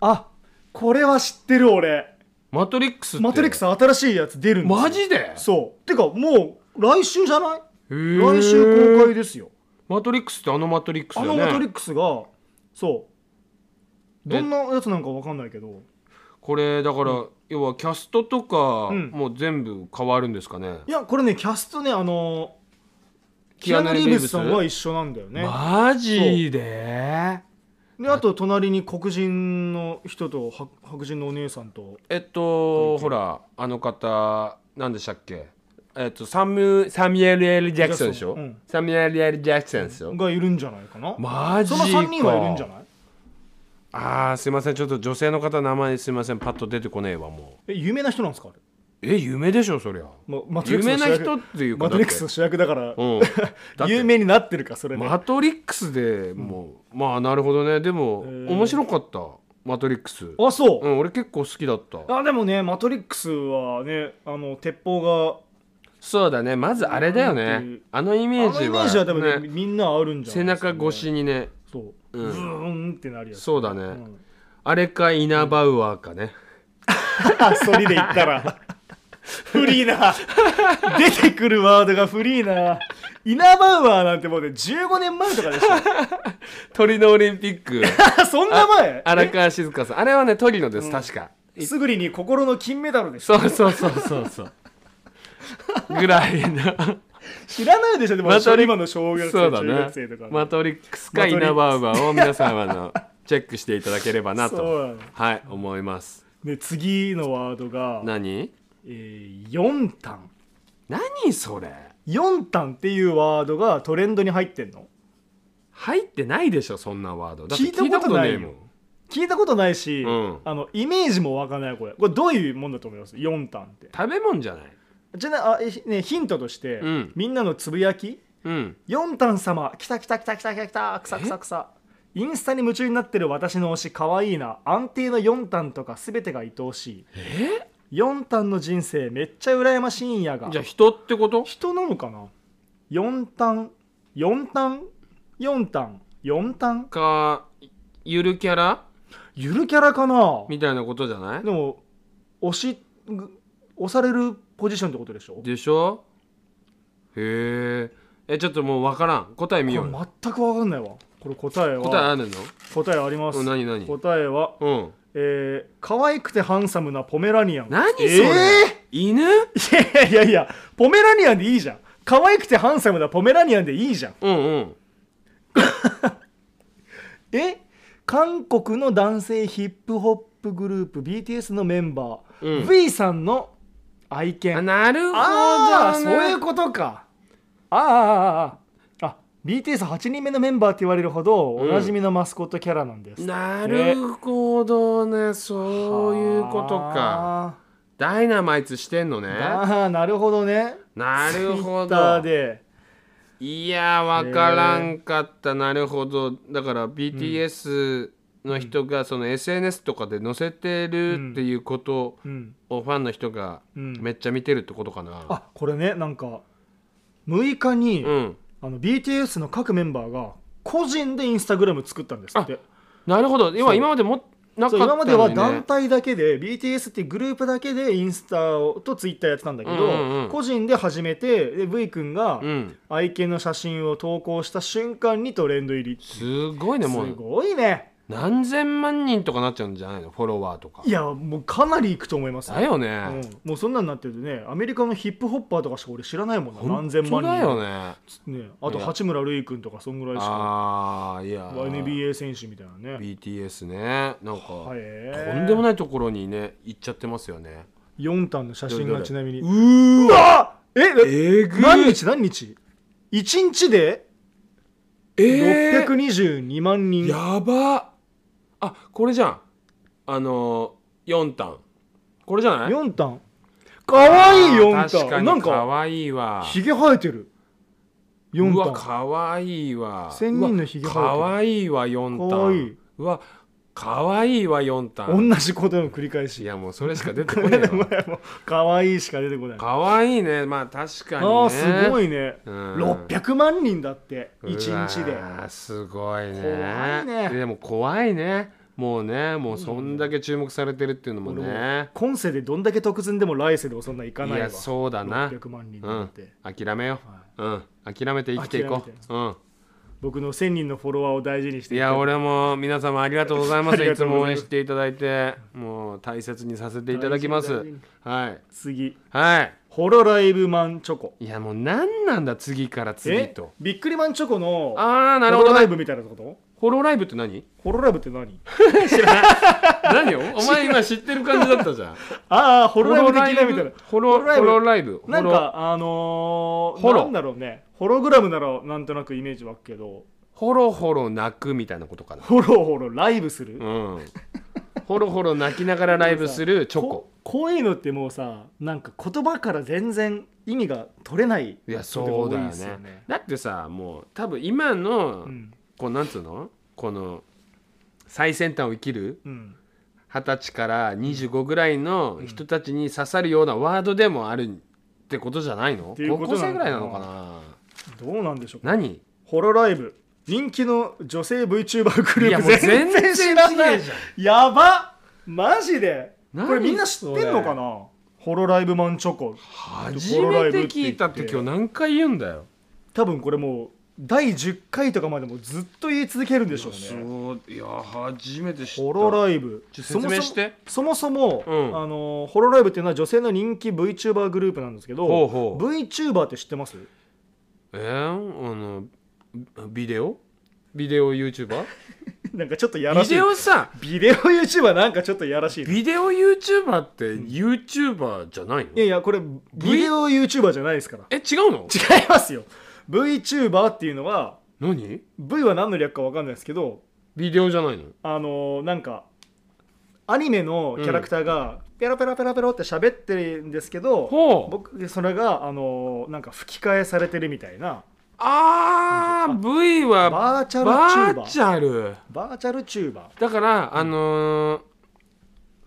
あこれは知ってる俺
マトリックスって
マトリックス新しいやつ出るんですよ
マジで
そうてかもう来週じゃない来
来
週公開ですよ
マトリックスってあのマトリックス
あ
だよ
の
ね
マトリックスがそうどんなやつなんかわかんないけど
これだから、要はキャストとか、
うん
もう全部変わるんですかね
いやこれねキャストねあのキ
キア
ア
ヌ
ヌ・
リ
リ
ー
ー
ブ
ブ
ス
スさんは一緒なんだよね
マジで
であと隣に黒人の人と白白人のお姉さんと
えっとほらあの方何でしたっけえっとサムサミュエル・エル・ジャクソンでしょ、
うん
サミュエル・エル・ジャクソンですよ、
がいるんじゃないかな
マジ
そ
か
の3人はいるんじゃない
あーすいませんちょっと女性の方名前すいませんパッと出てこねえわも
え有名な人なんですかあれ
うえ夢でしょそりゃ
もうマトリックス
夢
の
な
主役
人っていうか
マトリックスの主役だから、
うん だって
有名になってるかそれね、
マトリックスでもう、まあなるほどねでも、
ー
面白かったマトリックス
あそう
う、ん俺結構好きだった
あでもねマトリックスはねあの鉄砲が
そうだねまずあれだよ
なんて
ね
いう
あのイメー
あの
ジ
イメ
は
ージはでもね
ね
みんなあるんじゃ
背
ないです
中
かね
越しにね
そう、
う
うんん、ブーンってなるやつ
そうだね
ん
あれかイナバウアーかね、
あそれで言ったら フリーな出てくるワードがフリーなイナバウアーなんてもうね15年前とかでし
トリノオリンピック
ょ そんな前
荒川静香さんあれはねトリノです、確か
すぐりに心の金メダルでしょ
そうそうそうそうそうぐらいな
知らないでしょでも
マトリ
今の小学生
そうだ
中学生
ね
とか、
マトリックスかイナバウアーを皆さんはあのチェックしていただければな
そうな
と
の
はい思います
で次のワードが、
何
えー、4タン
何それ
4タンっていうワードがトレンドに入ってんの
入ってないでしょそんなワードだって
聞いたことないよ
聞いたこ
聞いたことないし、
うん
あのイメージもわかんないこれこれどういうもんだと思います4タンって
とないもん食べ物じゃない
じゃあ、あえひね、ヒントとして、
うん
みんなのつぶやき
うん
4タン様きたきたきたきたきたきたくさくさくさインスタに夢中になってる私の推しかわいいな安定の4タンとか全てが愛おしい
え
4タンの人生めっちゃ羨ましいんやが
じゃあ人ってこと
人なのかな4タン4タン4タン4タン
かゆるキャラ
ゆるキャラかな
みたいなことじゃない
でも押し押されるポジションってことでしょ
でしょへええちょっともう分からん答え見よう
こ
よ
れ全く分かんないわこれ答えは
答えあるの
答えあります
うん何何
答えは
うん
えー、可愛くてハンサムなポメラニアン
何それ、
え
犬
ー いやいやいやポメラニアンでいいじゃん可愛くてハンサムなポメラニアンでいいじゃん
うんうん
え韓国の男性ヒップホップグループ BTS のメンバー、
うん
V さんの愛
あ
犬
なるほど
ああそういう
こ
ことかああああああ BTS8 人目のメンバーって言われるほどおなじみのマスコットキャラなんです、
なるほどねそういうことかダイナマイツしてんのね
あーなるほどね
なるほ
Twitter
ど
で
いや分からんかった、なるほどだから BTS の人がその SNS とかで載せてるっていうこと
うん
をファンの人が
うん
めっちゃ見てるってことかな、
あこれねなんか6日に、
うん、
あの BTS の各メンバーが個人でインスタグラム作ったんですって
なるほど今今までもなか
そ
っ
う
たの
今
に、
ま
ね、
では団体だけで BTS っていうグループだけでインスタをとツイッターやってたんだけど、
うんうんうん
個人で始めてで V 君が、
うん
愛犬の写真を投稿した瞬間にトレンド入りす
すごいねもう
ごいね
何千万人とかなっちゃうんじゃないのフォロワーとか
いやもうかなりいくと思います
だよね、
うん、もうそんなんなってるとねアメリカのヒップホッパーとかしか俺知らないもんな何
本
千
当
万人
だよね
ねあと
ね
八村塁君とかそんぐらいしか
ああいや
NBA 選手みたいなね
BTS ねなんか、
と
とんでも
い
ないところにね行っちゃってますよね
4タンの写真
どれど
が
れ
ちなみに
う
うわえ
えぐい
何日何日1日で
えー
622万人、
やばあこれじゃんあのー、4タンこれじゃない
4タンかわいい
あー
4
確か
タン
に
なん
か
か
わいいわ
ひげ生えてる
う
4
わ
タン
かわいいわ
千人のひげ生えて
か
る
わいいわ4タ
かわいい
ンうわかわいいわ4タン
同じことの繰り返
い
し
やもうそれしか出てこない わ
かわいいしか出てこないあ
かわいいねまあ確かにね
あすご
い
いね
うん
600万人だって1日で
ですごいね
怖いね
でも怖いねもうねもうそんだけ注目されてるっていうのもね、
今世でどんだけ得寸でも来世でもそんないか
い
ないわ
やそうだな
600万人
う
なん
ん
て
諦めよう、うん諦めて生きてい
諦
こ
めて
ううん
僕の1000人のフォロワーを大事にして
い
いきた
や俺も皆様ありがとうござい
あ
ます
り
い
が
つ
とう
も
ご
応
ざいます
援していただいてもう大切にさせていただきま
大
す
事に
はい
次
はい
ホロライブマンチョコ
いやもう何なんだ次から次
え
と
ビックリマンチョコの
ああなる
ホロ
ほど
ライ
ね
ブみたいなこと
ホロライブって 何
ホロライブって何
何をお前今知ってる感じだったじゃん
ああ ホ
ホ
ロライブできないみたいな
ホロ
ホロライブ
ホロライブ
なん
ホロ
かあのー、
ホロ
なんだろうねホログラムならなんとなくイメージ湧くけど
ホロホロ泣くみたいなことかな
ホロホロライブする、
うんほろほろ泣きながらライブするチョコ
ここういうのってもうさなんか言葉から全然意味が取れない
いやそうだよ
ことが多いです
ねだってさもう多分今の、
うん
こうなんつうのこの最先端を生きる
うん
二十歳から25ぐらいの人たちに刺さるようなワードでもあるってことじゃないの
ていう
高
こと
校
な
生
のか
ぐ
ら
い
な
なのかな
どうなんでしょうか
何
ホロライブ人気の女性 VTuber グル
いや
ー
も
プ
う全然
知らな
違え
い
じゃ
やばマジで
何
これみんな知ってんのか
それ
なホロライブマンチョコ
初めて聞いたって今日何回言うんだよ
多分これもう第10回とかまでもずっと言い続けるんでしょうね
そういや初めて知った
ホロライブ
ちょ説明して
そもそもそもそも、
うん
あのホロライブっていうのは女性の人気 VTuber グループなんですけど
ほうほう
VTuber って知ってます
えー、あのビデオビデオ YouTuber?
なんかちょっとやら
ビ
しい
デオさ
ビデオ YouTuber なんかちょっとやらしい
ビデオ YouTuber って YouTuber じゃないの
いやいやこれビデオ YouTuber じゃないですから
え違うの
違いますよ VTuber っていうのは
何
V は何の略か分かんないですけど
ビデオじゃないの
あのーなんかアニメのキャラクターがペラペラペラペラって喋ってるんですけど、
ほう
僕それがあのーなんか吹き替えされてるみたいな
あー V は
バーチャルチュー
バ
バ
ー
ー
チャル
バーチャルチューバー
だからあのー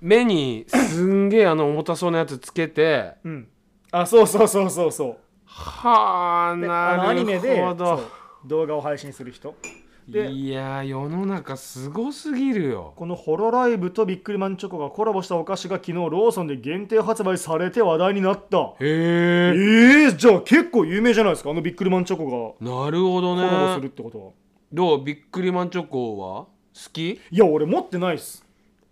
目にすんげえあの重たそうなやつつけて
うんあそうそうそうそうそう
はあ
であの
な
アニメで
るほ
そ
ど
う動画を配信する人で
いやー世の中すごすぎるよ
このホロライブとビックリマンチョコがコラボしたお菓子が昨日ローソンで限定発売されて話題になったえ
へえ
ー、じゃあ結構有名じゃないですかあのビックリマンチョコ
なるほど
がコラボす
ね
るってことは
どうびっくりマンチョコは好き
いや俺持ってないっす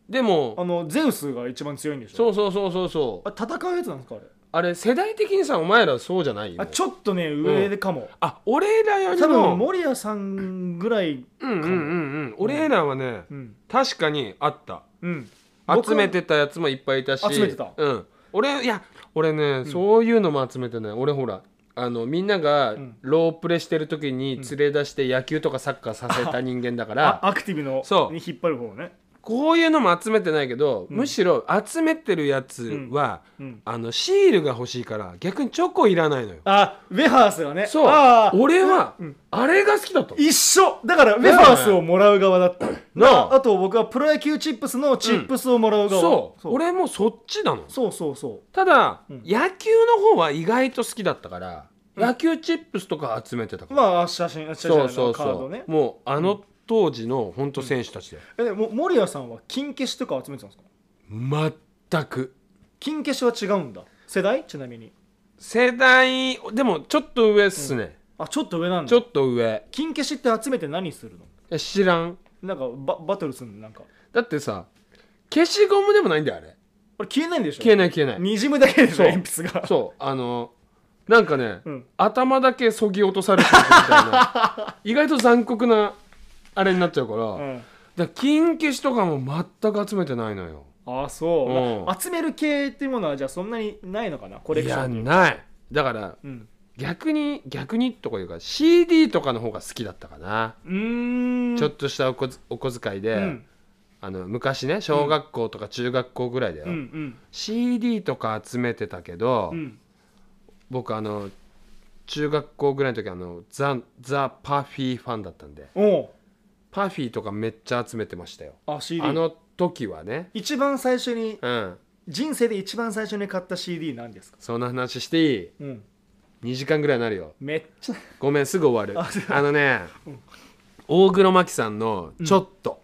で
あ
も
のゼウスが一番強いんでしょ
そうそうそうそうそう
あ戦うやつなんですかあれ
あれ世代的にさお前らそうじゃない
あちょっとね上でかも、
あ俺らより
多分
も
守屋さんぐらい
うんうんうんうん俺らはね
うん
確かにあった
うん
集めてたやつもいっぱいいたし
集めてた
うん俺いや俺ね、そういうのも集めてない俺ほらあのみんなが
ん
ロープレしてる時に連れ出して野球とかサッカーさせた人間だか
あ
ら
アクティブの
そう
に引っ張る方ね
こういうのも集めてないけど、むしろ集めてるやつは、
うん
あのシールが欲しいから逆にチョコいらないのよ
あウェハースがね
そう
あー
俺は、
ん
あれが好きだと
一緒だからウェハースをもらう側だった、
なあ
あと僕はプロ野球チップスのチップスをもらう側、
そう俺もそっちなの
そうそうそう
ただ、
うん
野球の方は意外と好きだったから、野球チップスとか集めてたから、
まあ写真写真
そう
じゃない
そ
な
う
カ
そ
ード
う、
ね
もうあの当時の本当選手たちで、
えでも守屋さんは金消しとか集めてたんですか
全く
金消しは違うんだ世代ちなみに
世代でもちょっと上っすね、
あちょっと上なんだ
ちょっと上
金消しって集めて何するの
え知らん
なんかババトルするのなんか
だってさ消しゴムでもないんだよあれ
これ消えないんでしょ
消えない消えない
にじむだけでしょ
そう
鉛筆が
そうあのなんかね、
うん
頭だけそぎ落とされてるみたいな 意外と残酷なあれになっちゃうから、
う
だか
ん、
ら金消しとかも全く集めてないのよ
あそう、
うん
まあ集める系っていうものはじゃあそんなにないのかなコレ
い
クショ
や
ンに
ないだから
うん
逆に逆にとかいうか CD とかの方が好きだったかな、
うーん
ちょっとしたおこお小遣いで、
うん
あの昔ね小学校とか中学校ぐらいだよ、
うんうん
CD とか集めてたけど、
うん
僕あの中学校ぐらいの時あのザ・ザ・パフィーファンだったんで
おう
パフィーとかめっちゃ集めてましたよ
あ CD
あの時はね
一番最初に
うん
人生で一番最初に買った CD なんですか
そんな話していい
うん
2時間ぐらいになるよ
めっちゃ
ごめんすぐ終わるあのね、大黒摩季さんの「ちょっと」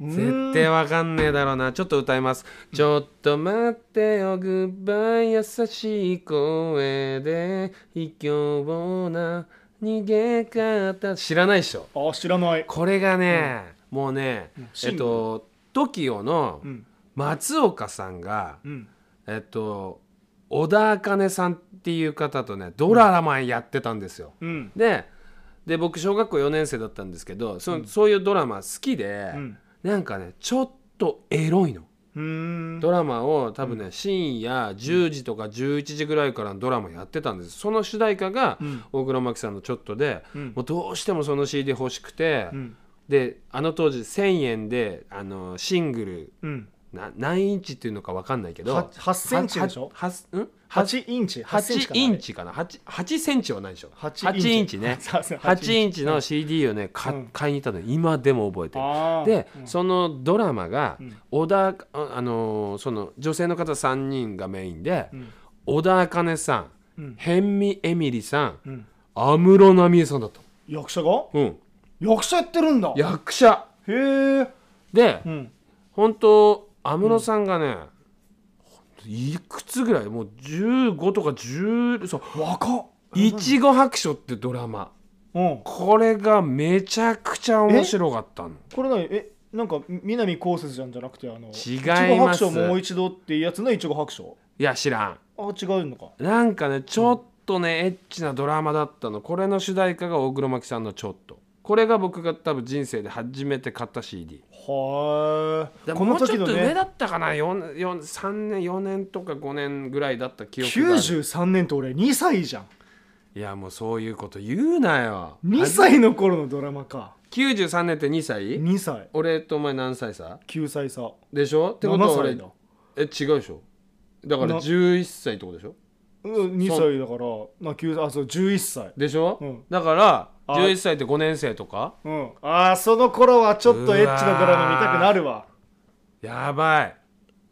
絶対わかんねえだろうなちょっと歌います、ちょっと待ってよグッバイ優しい声で卑怯な逃げ方知らないでしょ
あ知らない
これがね、もうね、
シング
え
ル
っと TOKIO の
うん
松岡さんが、
うん
えっと小田茜さんっていう方とねドラマやってたんですよ、
うん
でで僕小学校4年生だったんですけどそ,、そういうドラマ好きで、
うん
なんかねちょっとエロいの
うーん
ドラマを多分ね、深夜10時とか11時ぐらいからのドラマやってたんですその主題歌が
うん
大黒摩季さんの「ちょっとで」
うん
もうどうしてもその CD 欲しくて、
うん
であの当時1,000円であのシングル
うん
な何インチっていうのか分かんないけど
は8センチでしょ
ははうん
8インチ8センチか
8
な
インチかな 8, 8センチはないでしょ
8
8イン チね
8
8インチの CD をねか
うん
買いに行ったの今でも覚えてる
あー
で、
うん
そのドラマが
うん
小田、ああのーその女性の方3人がメインで、
うん
小田茜さ
う
ん、
ん
ヘンミエミリさん
うん
安室奈美恵さんだった、
役者が
うん、
役者やってるんだへ
役者
え
で、
うん
本当安室さんがね、本当いくつぐらいもう15とか10そう
若っ
「いちご白書」ってドラマ
うん
これがめちゃくちゃ面白かったの
これ何えなんか南こうせつじゃんじゃなくてあの
違い
ちご
ま
白
す
書もう一度っていうやつのいちご白書
いや知らん
あ違うのか
なんかねちょっとね、エッチなドラマだったのこれの主題歌が大黒摩季さんの「ちょっと」これが僕が多分人生で初めて買った CD
は
で
い
も
この時の
もうちょっと上
ね
だったかな4 3年4年とか5年ぐらいだった記憶がある
93年と俺2歳じゃん
いやもうそういうこと言うなよ
2歳の頃のドラマか
93年って2歳
2歳
俺とお前何歳さ
9歳差
でしょってことは
7
俺
歳だ
え違うでしょだから
な
11歳ってことでしょ
うん2歳だからまあ9歳あそう11歳
でしょ、
うん
だから
あ
11歳って5年生とか
うんああその頃はちょっとエッチなドラマ見たくなるわ
やばい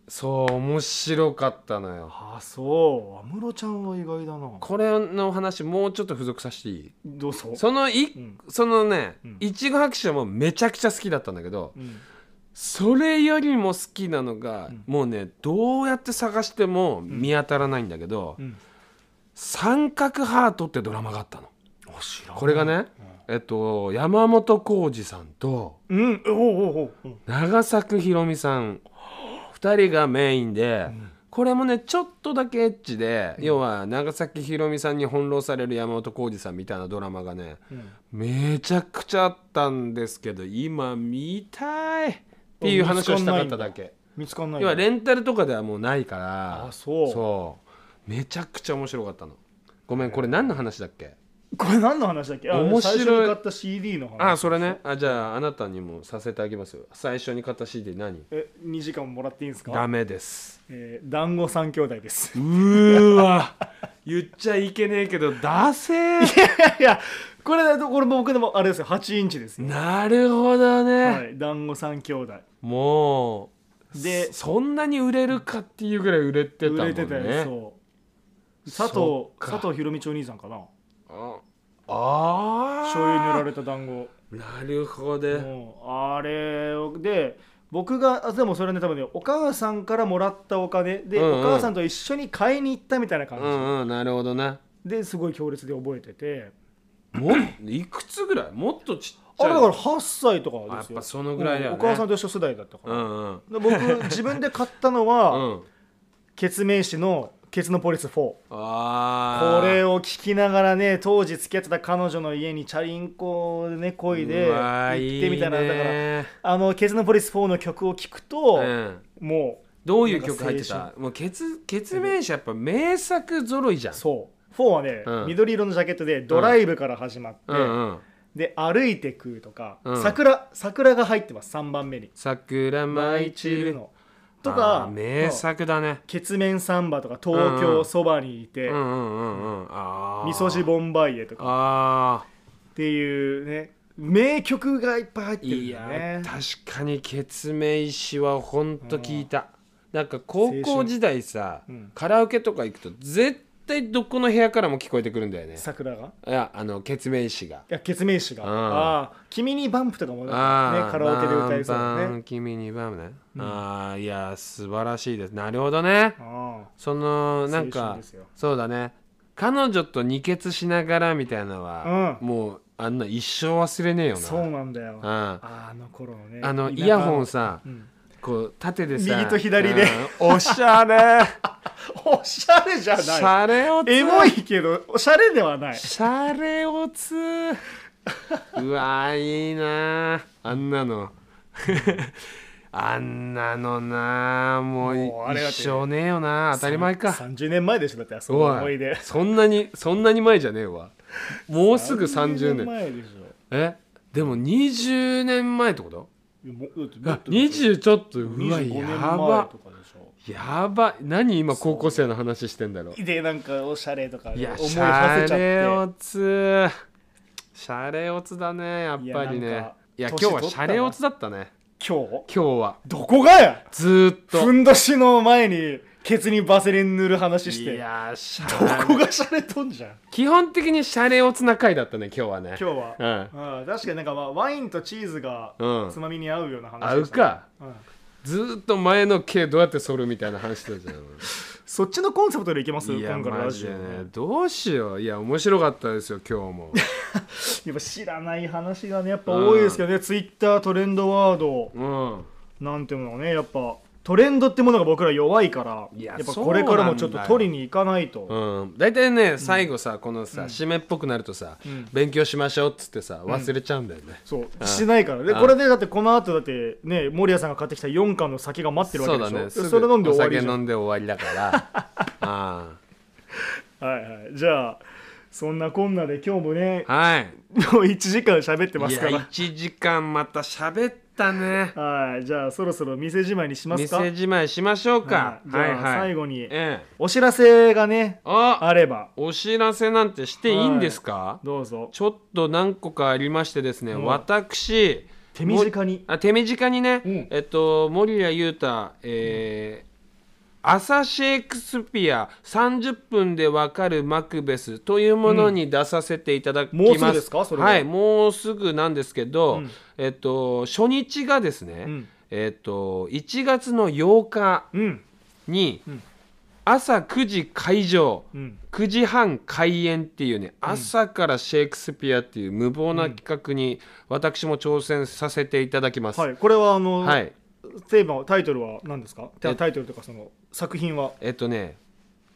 そう面白かったのよ
ああそう安室ちゃんは意外だな
これの話もうちょっと付属させていい
どうぞ
そのい、
うん
そのね
うん
いちご白書もめちゃくちゃ好きだったんだけど
うん
それよりも好きなのが、もうねどうやって探しても見当たらないんだけど「
うん
三角ハート」ってドラマがあったの
あ知らん
これがね、えっと、山本浩二さんと
うんおおおうおう
長作ひろみさん2人がメインで、これもねちょっとだけエッチで、要は長崎ひろみさんに翻弄される山本浩二さんみたいなドラマがね
うん
めちゃくちゃあったんですけど今見たいっていう話をしたかっただけ
見つかんない
要は
な
レンタルとかではもうないから
あそう
そうめちゃくちゃ面白かったのごめんこれ何の話だっけ
これ何の話だっけあ
面白い
最初に買った CD の話
あそれねあじゃああなたにもさせてあげますよ最初に買った CD 何
え2時間もらっていいんです
ダ
か
メです
えー団子三兄弟です
うーわ言っちゃいけねえけどダセー
いやいやこれだとこれ僕でもあれですよ8インチですよ
なるほどね、
はい団子三兄弟
もう
で
そそんなに売れるかっていうぐらい売れてたもんね
売れてたよそう佐藤
そっか
佐藤ひろみちお兄さんかな
ああー
醤油塗られた団子
なるほど、
もうあれをで僕があでもそれはね多分ねお母さんからもらったお金で、
うんうん
お母さんと一緒に買いに行ったみたいな感
う
じ、
んうんなるほどね
ですごい強烈で覚えてて
もいくつぐらいもっとちっち
あ
ゃい
れだから8歳とかですよ
あやっぱそのぐらいだよね
うんお母さんと一緒世代だったか
う
ら、
んうん
で僕自分で買ったの
う
は、
ん
ケツメイシの「ケツのポリス4」こ
あー
れを聞きながらね当時付き合ってた彼女の家にチャリンコでねこいで
うわー
行ってみたいなだから
ね
あの「ケツのポリス4」の曲を聞くと、
うん
も
どういう曲入って
なんか
たもう決決名詞やっぱ名作揃いじゃ
うんそう4はね、
うん
緑色のジャケットで「ドライブ」から始まって、
うんうん
で「歩いてく」とか、
うん
桜「桜」が入ってます3番目に「
桜舞
舞
い
い
散
散
る
る
の
の」とか
あー名
まあ
作だね
月面サンバ」とか「東京そばにいて」
うんうんうんうんああ
味噌汁ボンバイエとか
あ
っていうね名曲がいっぱい入って
ー
るん
い
だよ
や
ね
確かに決名詞はほんと聞いたなんか高校時代さ
うん
カラオケとか行くと絶対どこの部屋からも聞こえてくるんだよね
桜が
いやあの決名詞が
いや月面詞が、
うん
ああ君にバンプとかもね
あー
カラオケで歌えそう
バ
だ
ンバ
ね
ン君にバームね、ああいや素晴らしいですなるほどね
あ
そのなん
青
か
春ですよ
そうだね彼女と二血しながらみたいなのは、
う
もうあんな一生忘れねえよ
あ
な
そうなんだよ
うん
あ
あ
あの頃のね
の
田
イ
舎
ヤホンさ
うん
こう縦でさ
右と左で
うんおし ゃれ
おしゃれじゃ
シ
ない
ャレオツ
エモいけどおしゃれではない
シャレオツうわいいなあんなの あんなのなあもう
もうあれだって
一生ねえよな当たり前か
30年前でしょだってあそこ
お
の思い出
そんなにそんなに前じゃねえわもうすぐ30
30
年
前でしょ
えでも20年前ってこと
いやもうだってもっと
20ちょっとうわ
25年前
やば
とかでしょ
やば何今高校生の話してんだろ
でなんかおしゃれとか
い
ね
や
思い
シ
は
ャ
せちゃ
レ
っ
オツシャレオツだねやっぱり
いやなん
ね
か
いや
年
今日は
取っ
シ
たな
ャレオツだったね
て今日
今日は
どこがや
ずーっ
ふ
と
んどしの前にケツにバセリン塗る話し
い
て
やシ
ど
ャ
こがシャレとんじゃん
基本的にシャレオツな回だったね今日はね
今日は、う
う
ん確かになんか、まあ、ワインとチーズが
うん
つまみに合うような話
合
で
う
したね、
か
うん
ずーっと前の毛どうやって剃るみたいな話してたじ ゃん
そっちのコンセプトでいけます
いや
今回の
マ
ラ
ジ
ジオ
でねどうしよういや面白かったですよ今日も
やっぱ知らない話がねやっぱ多いですけどね、ツイッタートレンドワード
うん
なんていうのねやっぱトレンドってものが僕ら弱いから
いや
っぱこれからもちょっと取りに行かないと、
うん、大体ね最後さ、このさ締めっぽくなるとさ、
ん
勉強しましょうっつってさ忘れちゃうんだよね、
そうしてないからで
うん
これでだってこの後だってね守屋さんが買ってきた4巻の酒が待ってるわ
そ
け
う
でし
だ
ょ
ね
ですそれ飲ん
ぐ
で
お
終わり
酒
じゃ
飲
ん
んで終わりだからあ
はいはいじゃあそんなこんなで今日もね
あはい
もう1時間喋ってま
い
すか
や
ら
1時間また喋ったね
はいじゃあそろそろ店じまいにしますか
店じまいしましょうか、
はいじゃあ
はいはい
最後に
ええ
お知らせがね
あ
あれば
お知らせなんてしていいんですか、
どうぞ
ちょっと何個かありましてですね、
うん
私
手短に
あ手短にね、
うん
えっと森谷裕太、えー朝シェイクスピア30分でわかるマクベスというものに出させていただきます、
もうすぐですかそれは
はいもうすぐなんですけ
う
ど、
ん
えっと初日がですね、
うん
えっと1月の8日
うん
に
うん
朝9時会場、
うん
9時半開演っていうね朝からシェイクスピアっていう無謀な企画に私も挑戦させていただきます、
はいこれはあの、
はい
テーマタイトルは何ですか
え
タイトルとかその作品は
えっとね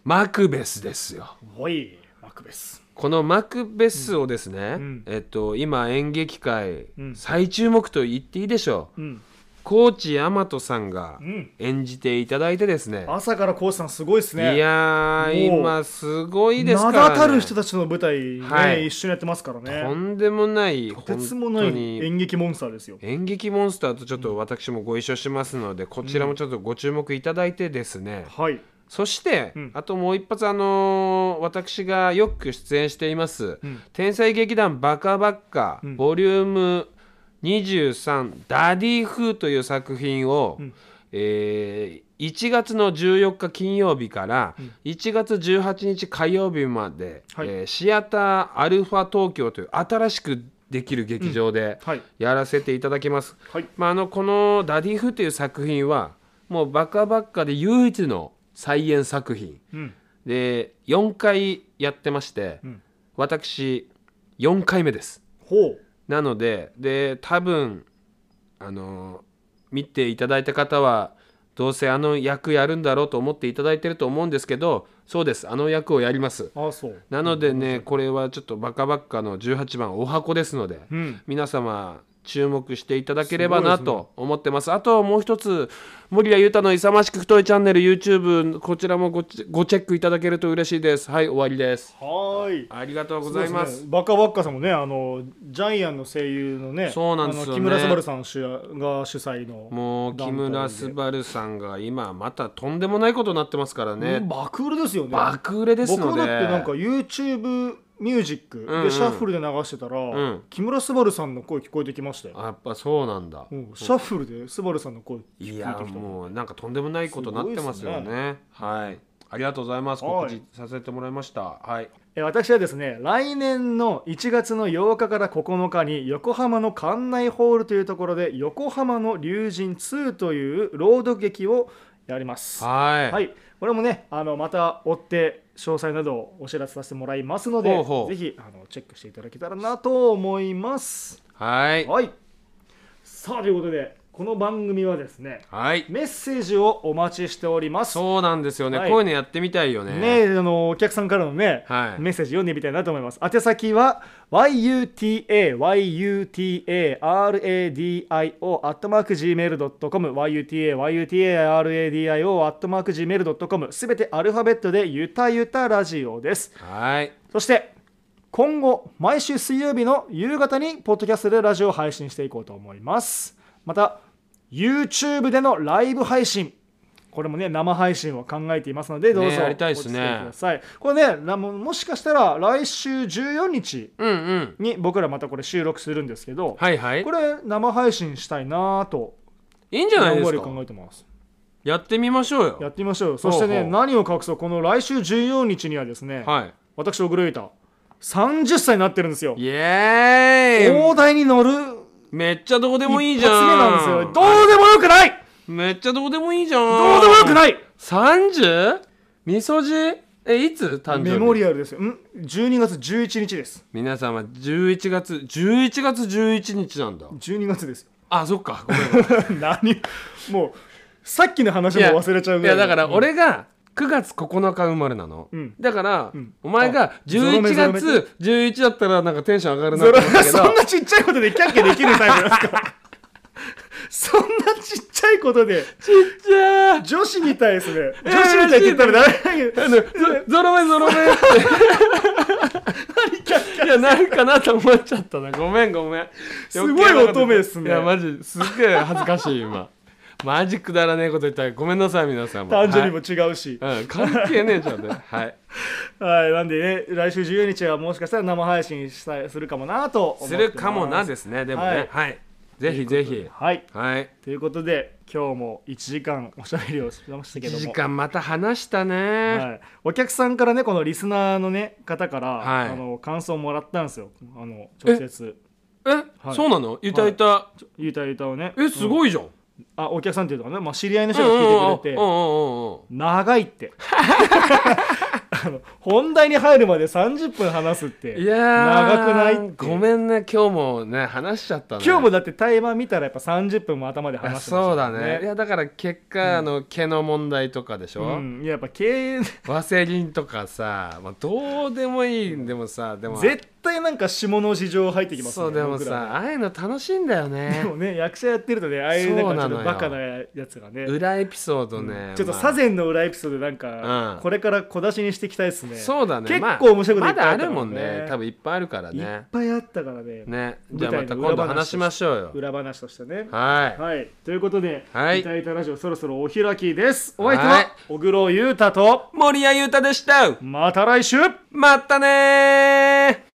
マクベスですよ
おいマクベス
このマクベスをですね、
ん
えっと今演劇界
うん
最注目と言っていいでしょう
うん
高知大和さんが
うん
演じていただいてですね、
朝からコウさんすごいですね
いやー
もう
今すごいですか
名
ら、ね、
だたる人たちの舞台ね、
はい
一緒にやってますから
と
ね
んでもない
とてつもな
本
い
当に
演劇モンスターですよ
演劇モンスターとちょっと私もご一緒しますので、こちらもちょっとご注目いただいてですね、
はい
そして、
うん
あともう一発あのー私がよく出演しています「
うん
天才劇団バカバッカ、
ん
ボリューム23ダディ風という作品を、
ん
えー1月の14日金曜日から1月18日火曜日まで、
はい
えーシアターアルファ東京という新しくできる劇場で
はい
やらせていただきます。
はい
まあ、あのこの「ダディフ」という作品はもうバカバッカで唯一の再演作品
うん
で4回やってまして、
ん
私4回目です
ほう
なのでで多分あの見ていただいた方はどうせあの役やるんだろうと思っていただいてると思うんですけどそうですあの役をやります
ああそう
なのでねこれはちょっとバカバッカの18番お箱ですので、
うん
皆様注目していただければなと思ってますあともう一つ森谷裕太の勇ましく太いチャンネル YouTube こちらもごちごチェックいただけると嬉しいですはい終わりです
はーい
ありがとうございます
そうでねバカバッカさんもねあのジャイアンの声優のね
そうなんですよね
あの木村昴さん主が主催の
もう木村昴さんが今またとんでもないことになってますから
ね
ね
爆売れですよね
爆売れですの
僕
で
もだってなんか YouTube ミュージック
うんう
で
ん
シャッフルで流してたら、
ん
木村昴さんの声聞こえてきましたよ
あやっぱそうなんだ
うんシャッフルで昴さんの声聞こえて
い
き
や
た
もうなんかとんでもないことになってますよ
す
ね
ごい
はいありがとうございます
はい
告知させてもらいましたはい
え私はですね来年の1月の8日から9日に横浜の館内ホールというところで「横浜の龍神2」という朗読劇をやります。
はい
はい、これもねあのまた追って詳細などをお知らせさせてもらいますので
ほうほう
ぜひあのチェックしていただけたらなと思います。
はい
はい、さあということでこの番組はですね
はい
メッセージをお待ちしております。
そうなんですよね、
はい
こういうのやってみたいよね
ねあのお客さんからのね、
はい
メッセージ読んでみたいなと思います宛先は yutayutaradio アットマーク gmail.com yutayutaradio アットマーク gmail.com すべてアルファベットでゆたゆたラジオです
はい
そして今後毎週水曜日の夕方にポッドキャストでラジオを配信していこうと思いますまた YouTube でのライブ配信これもね生配信を考えていますのでどうぞ
ねやりたいっす
お
ね
付き合くださいこれねなももしかしたら来週14日
うんうん
に僕らまたこれ収録するんですけど、
はいはい
これ生配信したいなと
いいんじ
じ
ゃないです
考
か
えてます
やってみましょう
や
よ
ってみましょうよそしてね
ほうほう
何を隠そうこの来週14日にはですね、
は
私小黒ゆうた30歳になってるんですよ
いイエーイ
大台に乗る
めっちゃどうでもいい
一
じゃ
発
ん
目なんですよどうでもよくない
めっちゃどうでもいいじゃん
どうでもよくない
30? みそじえいつ誕生日
メモリアルですよん12月11日です
皆様11月11月11日なんだ
12月ですよ
あそっかごめんごめん
何もうさっきの話も忘れちゃう
い
ぐら
や
い
だから
うん
俺が9月9日生まれなの、
うん
だから、
ん
お前が
ゾロ目
11
ゾロ目
月11だったらなんかテンション上がるな
そ
と
れ
思ったけど
そんなちっちゃいことでキャッキャできるタイプなんですか そんなちっちゃいことで
じゃあ
女子みたいですね女子みたいって言ったらダメだけど
あのゾゾロ目ゾロ目っていやなんかなと思っちゃったなごめんごめん
すごい乙女っすね
いやマジすっげえ恥ずかしい今 マジくだらねえこと言ったらごめんなさい皆さんも
誕生日も違うし、
はいうん、関係ねえじゃんねはい
はい、なんでね、来週14日はもしかしたら生配信したいするかもなと 思って
す
ます
るかもなですねでもね
は
はいい、ぜひぜひ
はい、
はい
ということで、今日も1時間おしゃべりをしましたけ
1
ども、
時間また話したね、
はい、お客さんからね、このリスナーのね方から、
はい
あの感想をもらったんですよ、あの直接、
え、
はい
そうなのゆたゆた、
ゆうたゆうたをね、
えすごいじゃん、
あお客さんっていうのかね、まあ、知り合いの
う
人
ん
が
うん
聞いてくれて、
うんうんうんうん
長い って。あの本題に入るまで30分話すって
いやー
長くないって
ごめんね今日もね話しちゃったね
今日もだってタイマー見たらやっぱ30分も頭で
いや
話してました
そ
か
うだ
ら
ねいやだから結果、あの毛の問題とかでしょ、
うん、いややっぱ経営
ワセリンとかさ、まあ、どうでもいいんでもさでも
絶対なんか下の事情入ってきますね
そうでも
僕ら
さああいうの楽しいんだよ
で
ね
もね役者やってるとねああいうなんかちょっとバカなやつがね
裏エピソードね、
ちょっと
まあ
サゼンの裏エピソードでなんか、
うん
これから小出しにしていきたいですね
そうだね
結
まあ
構面白いことい
ま
っぱい
だ
あ
あ
った
る
も
も
ん
ん
ね
ね多分いっぱいあるから
いっ
ね
ぱいあったからね
ね
舞
じゃ
台の
あまた今度話しましょうよ
裏話としてね
はい、
はいということで「
はい
いただいたラジオ」そろそろお開きですお相
は
手
い
は小黒裕太と
森谷裕太でした
また来週
またねー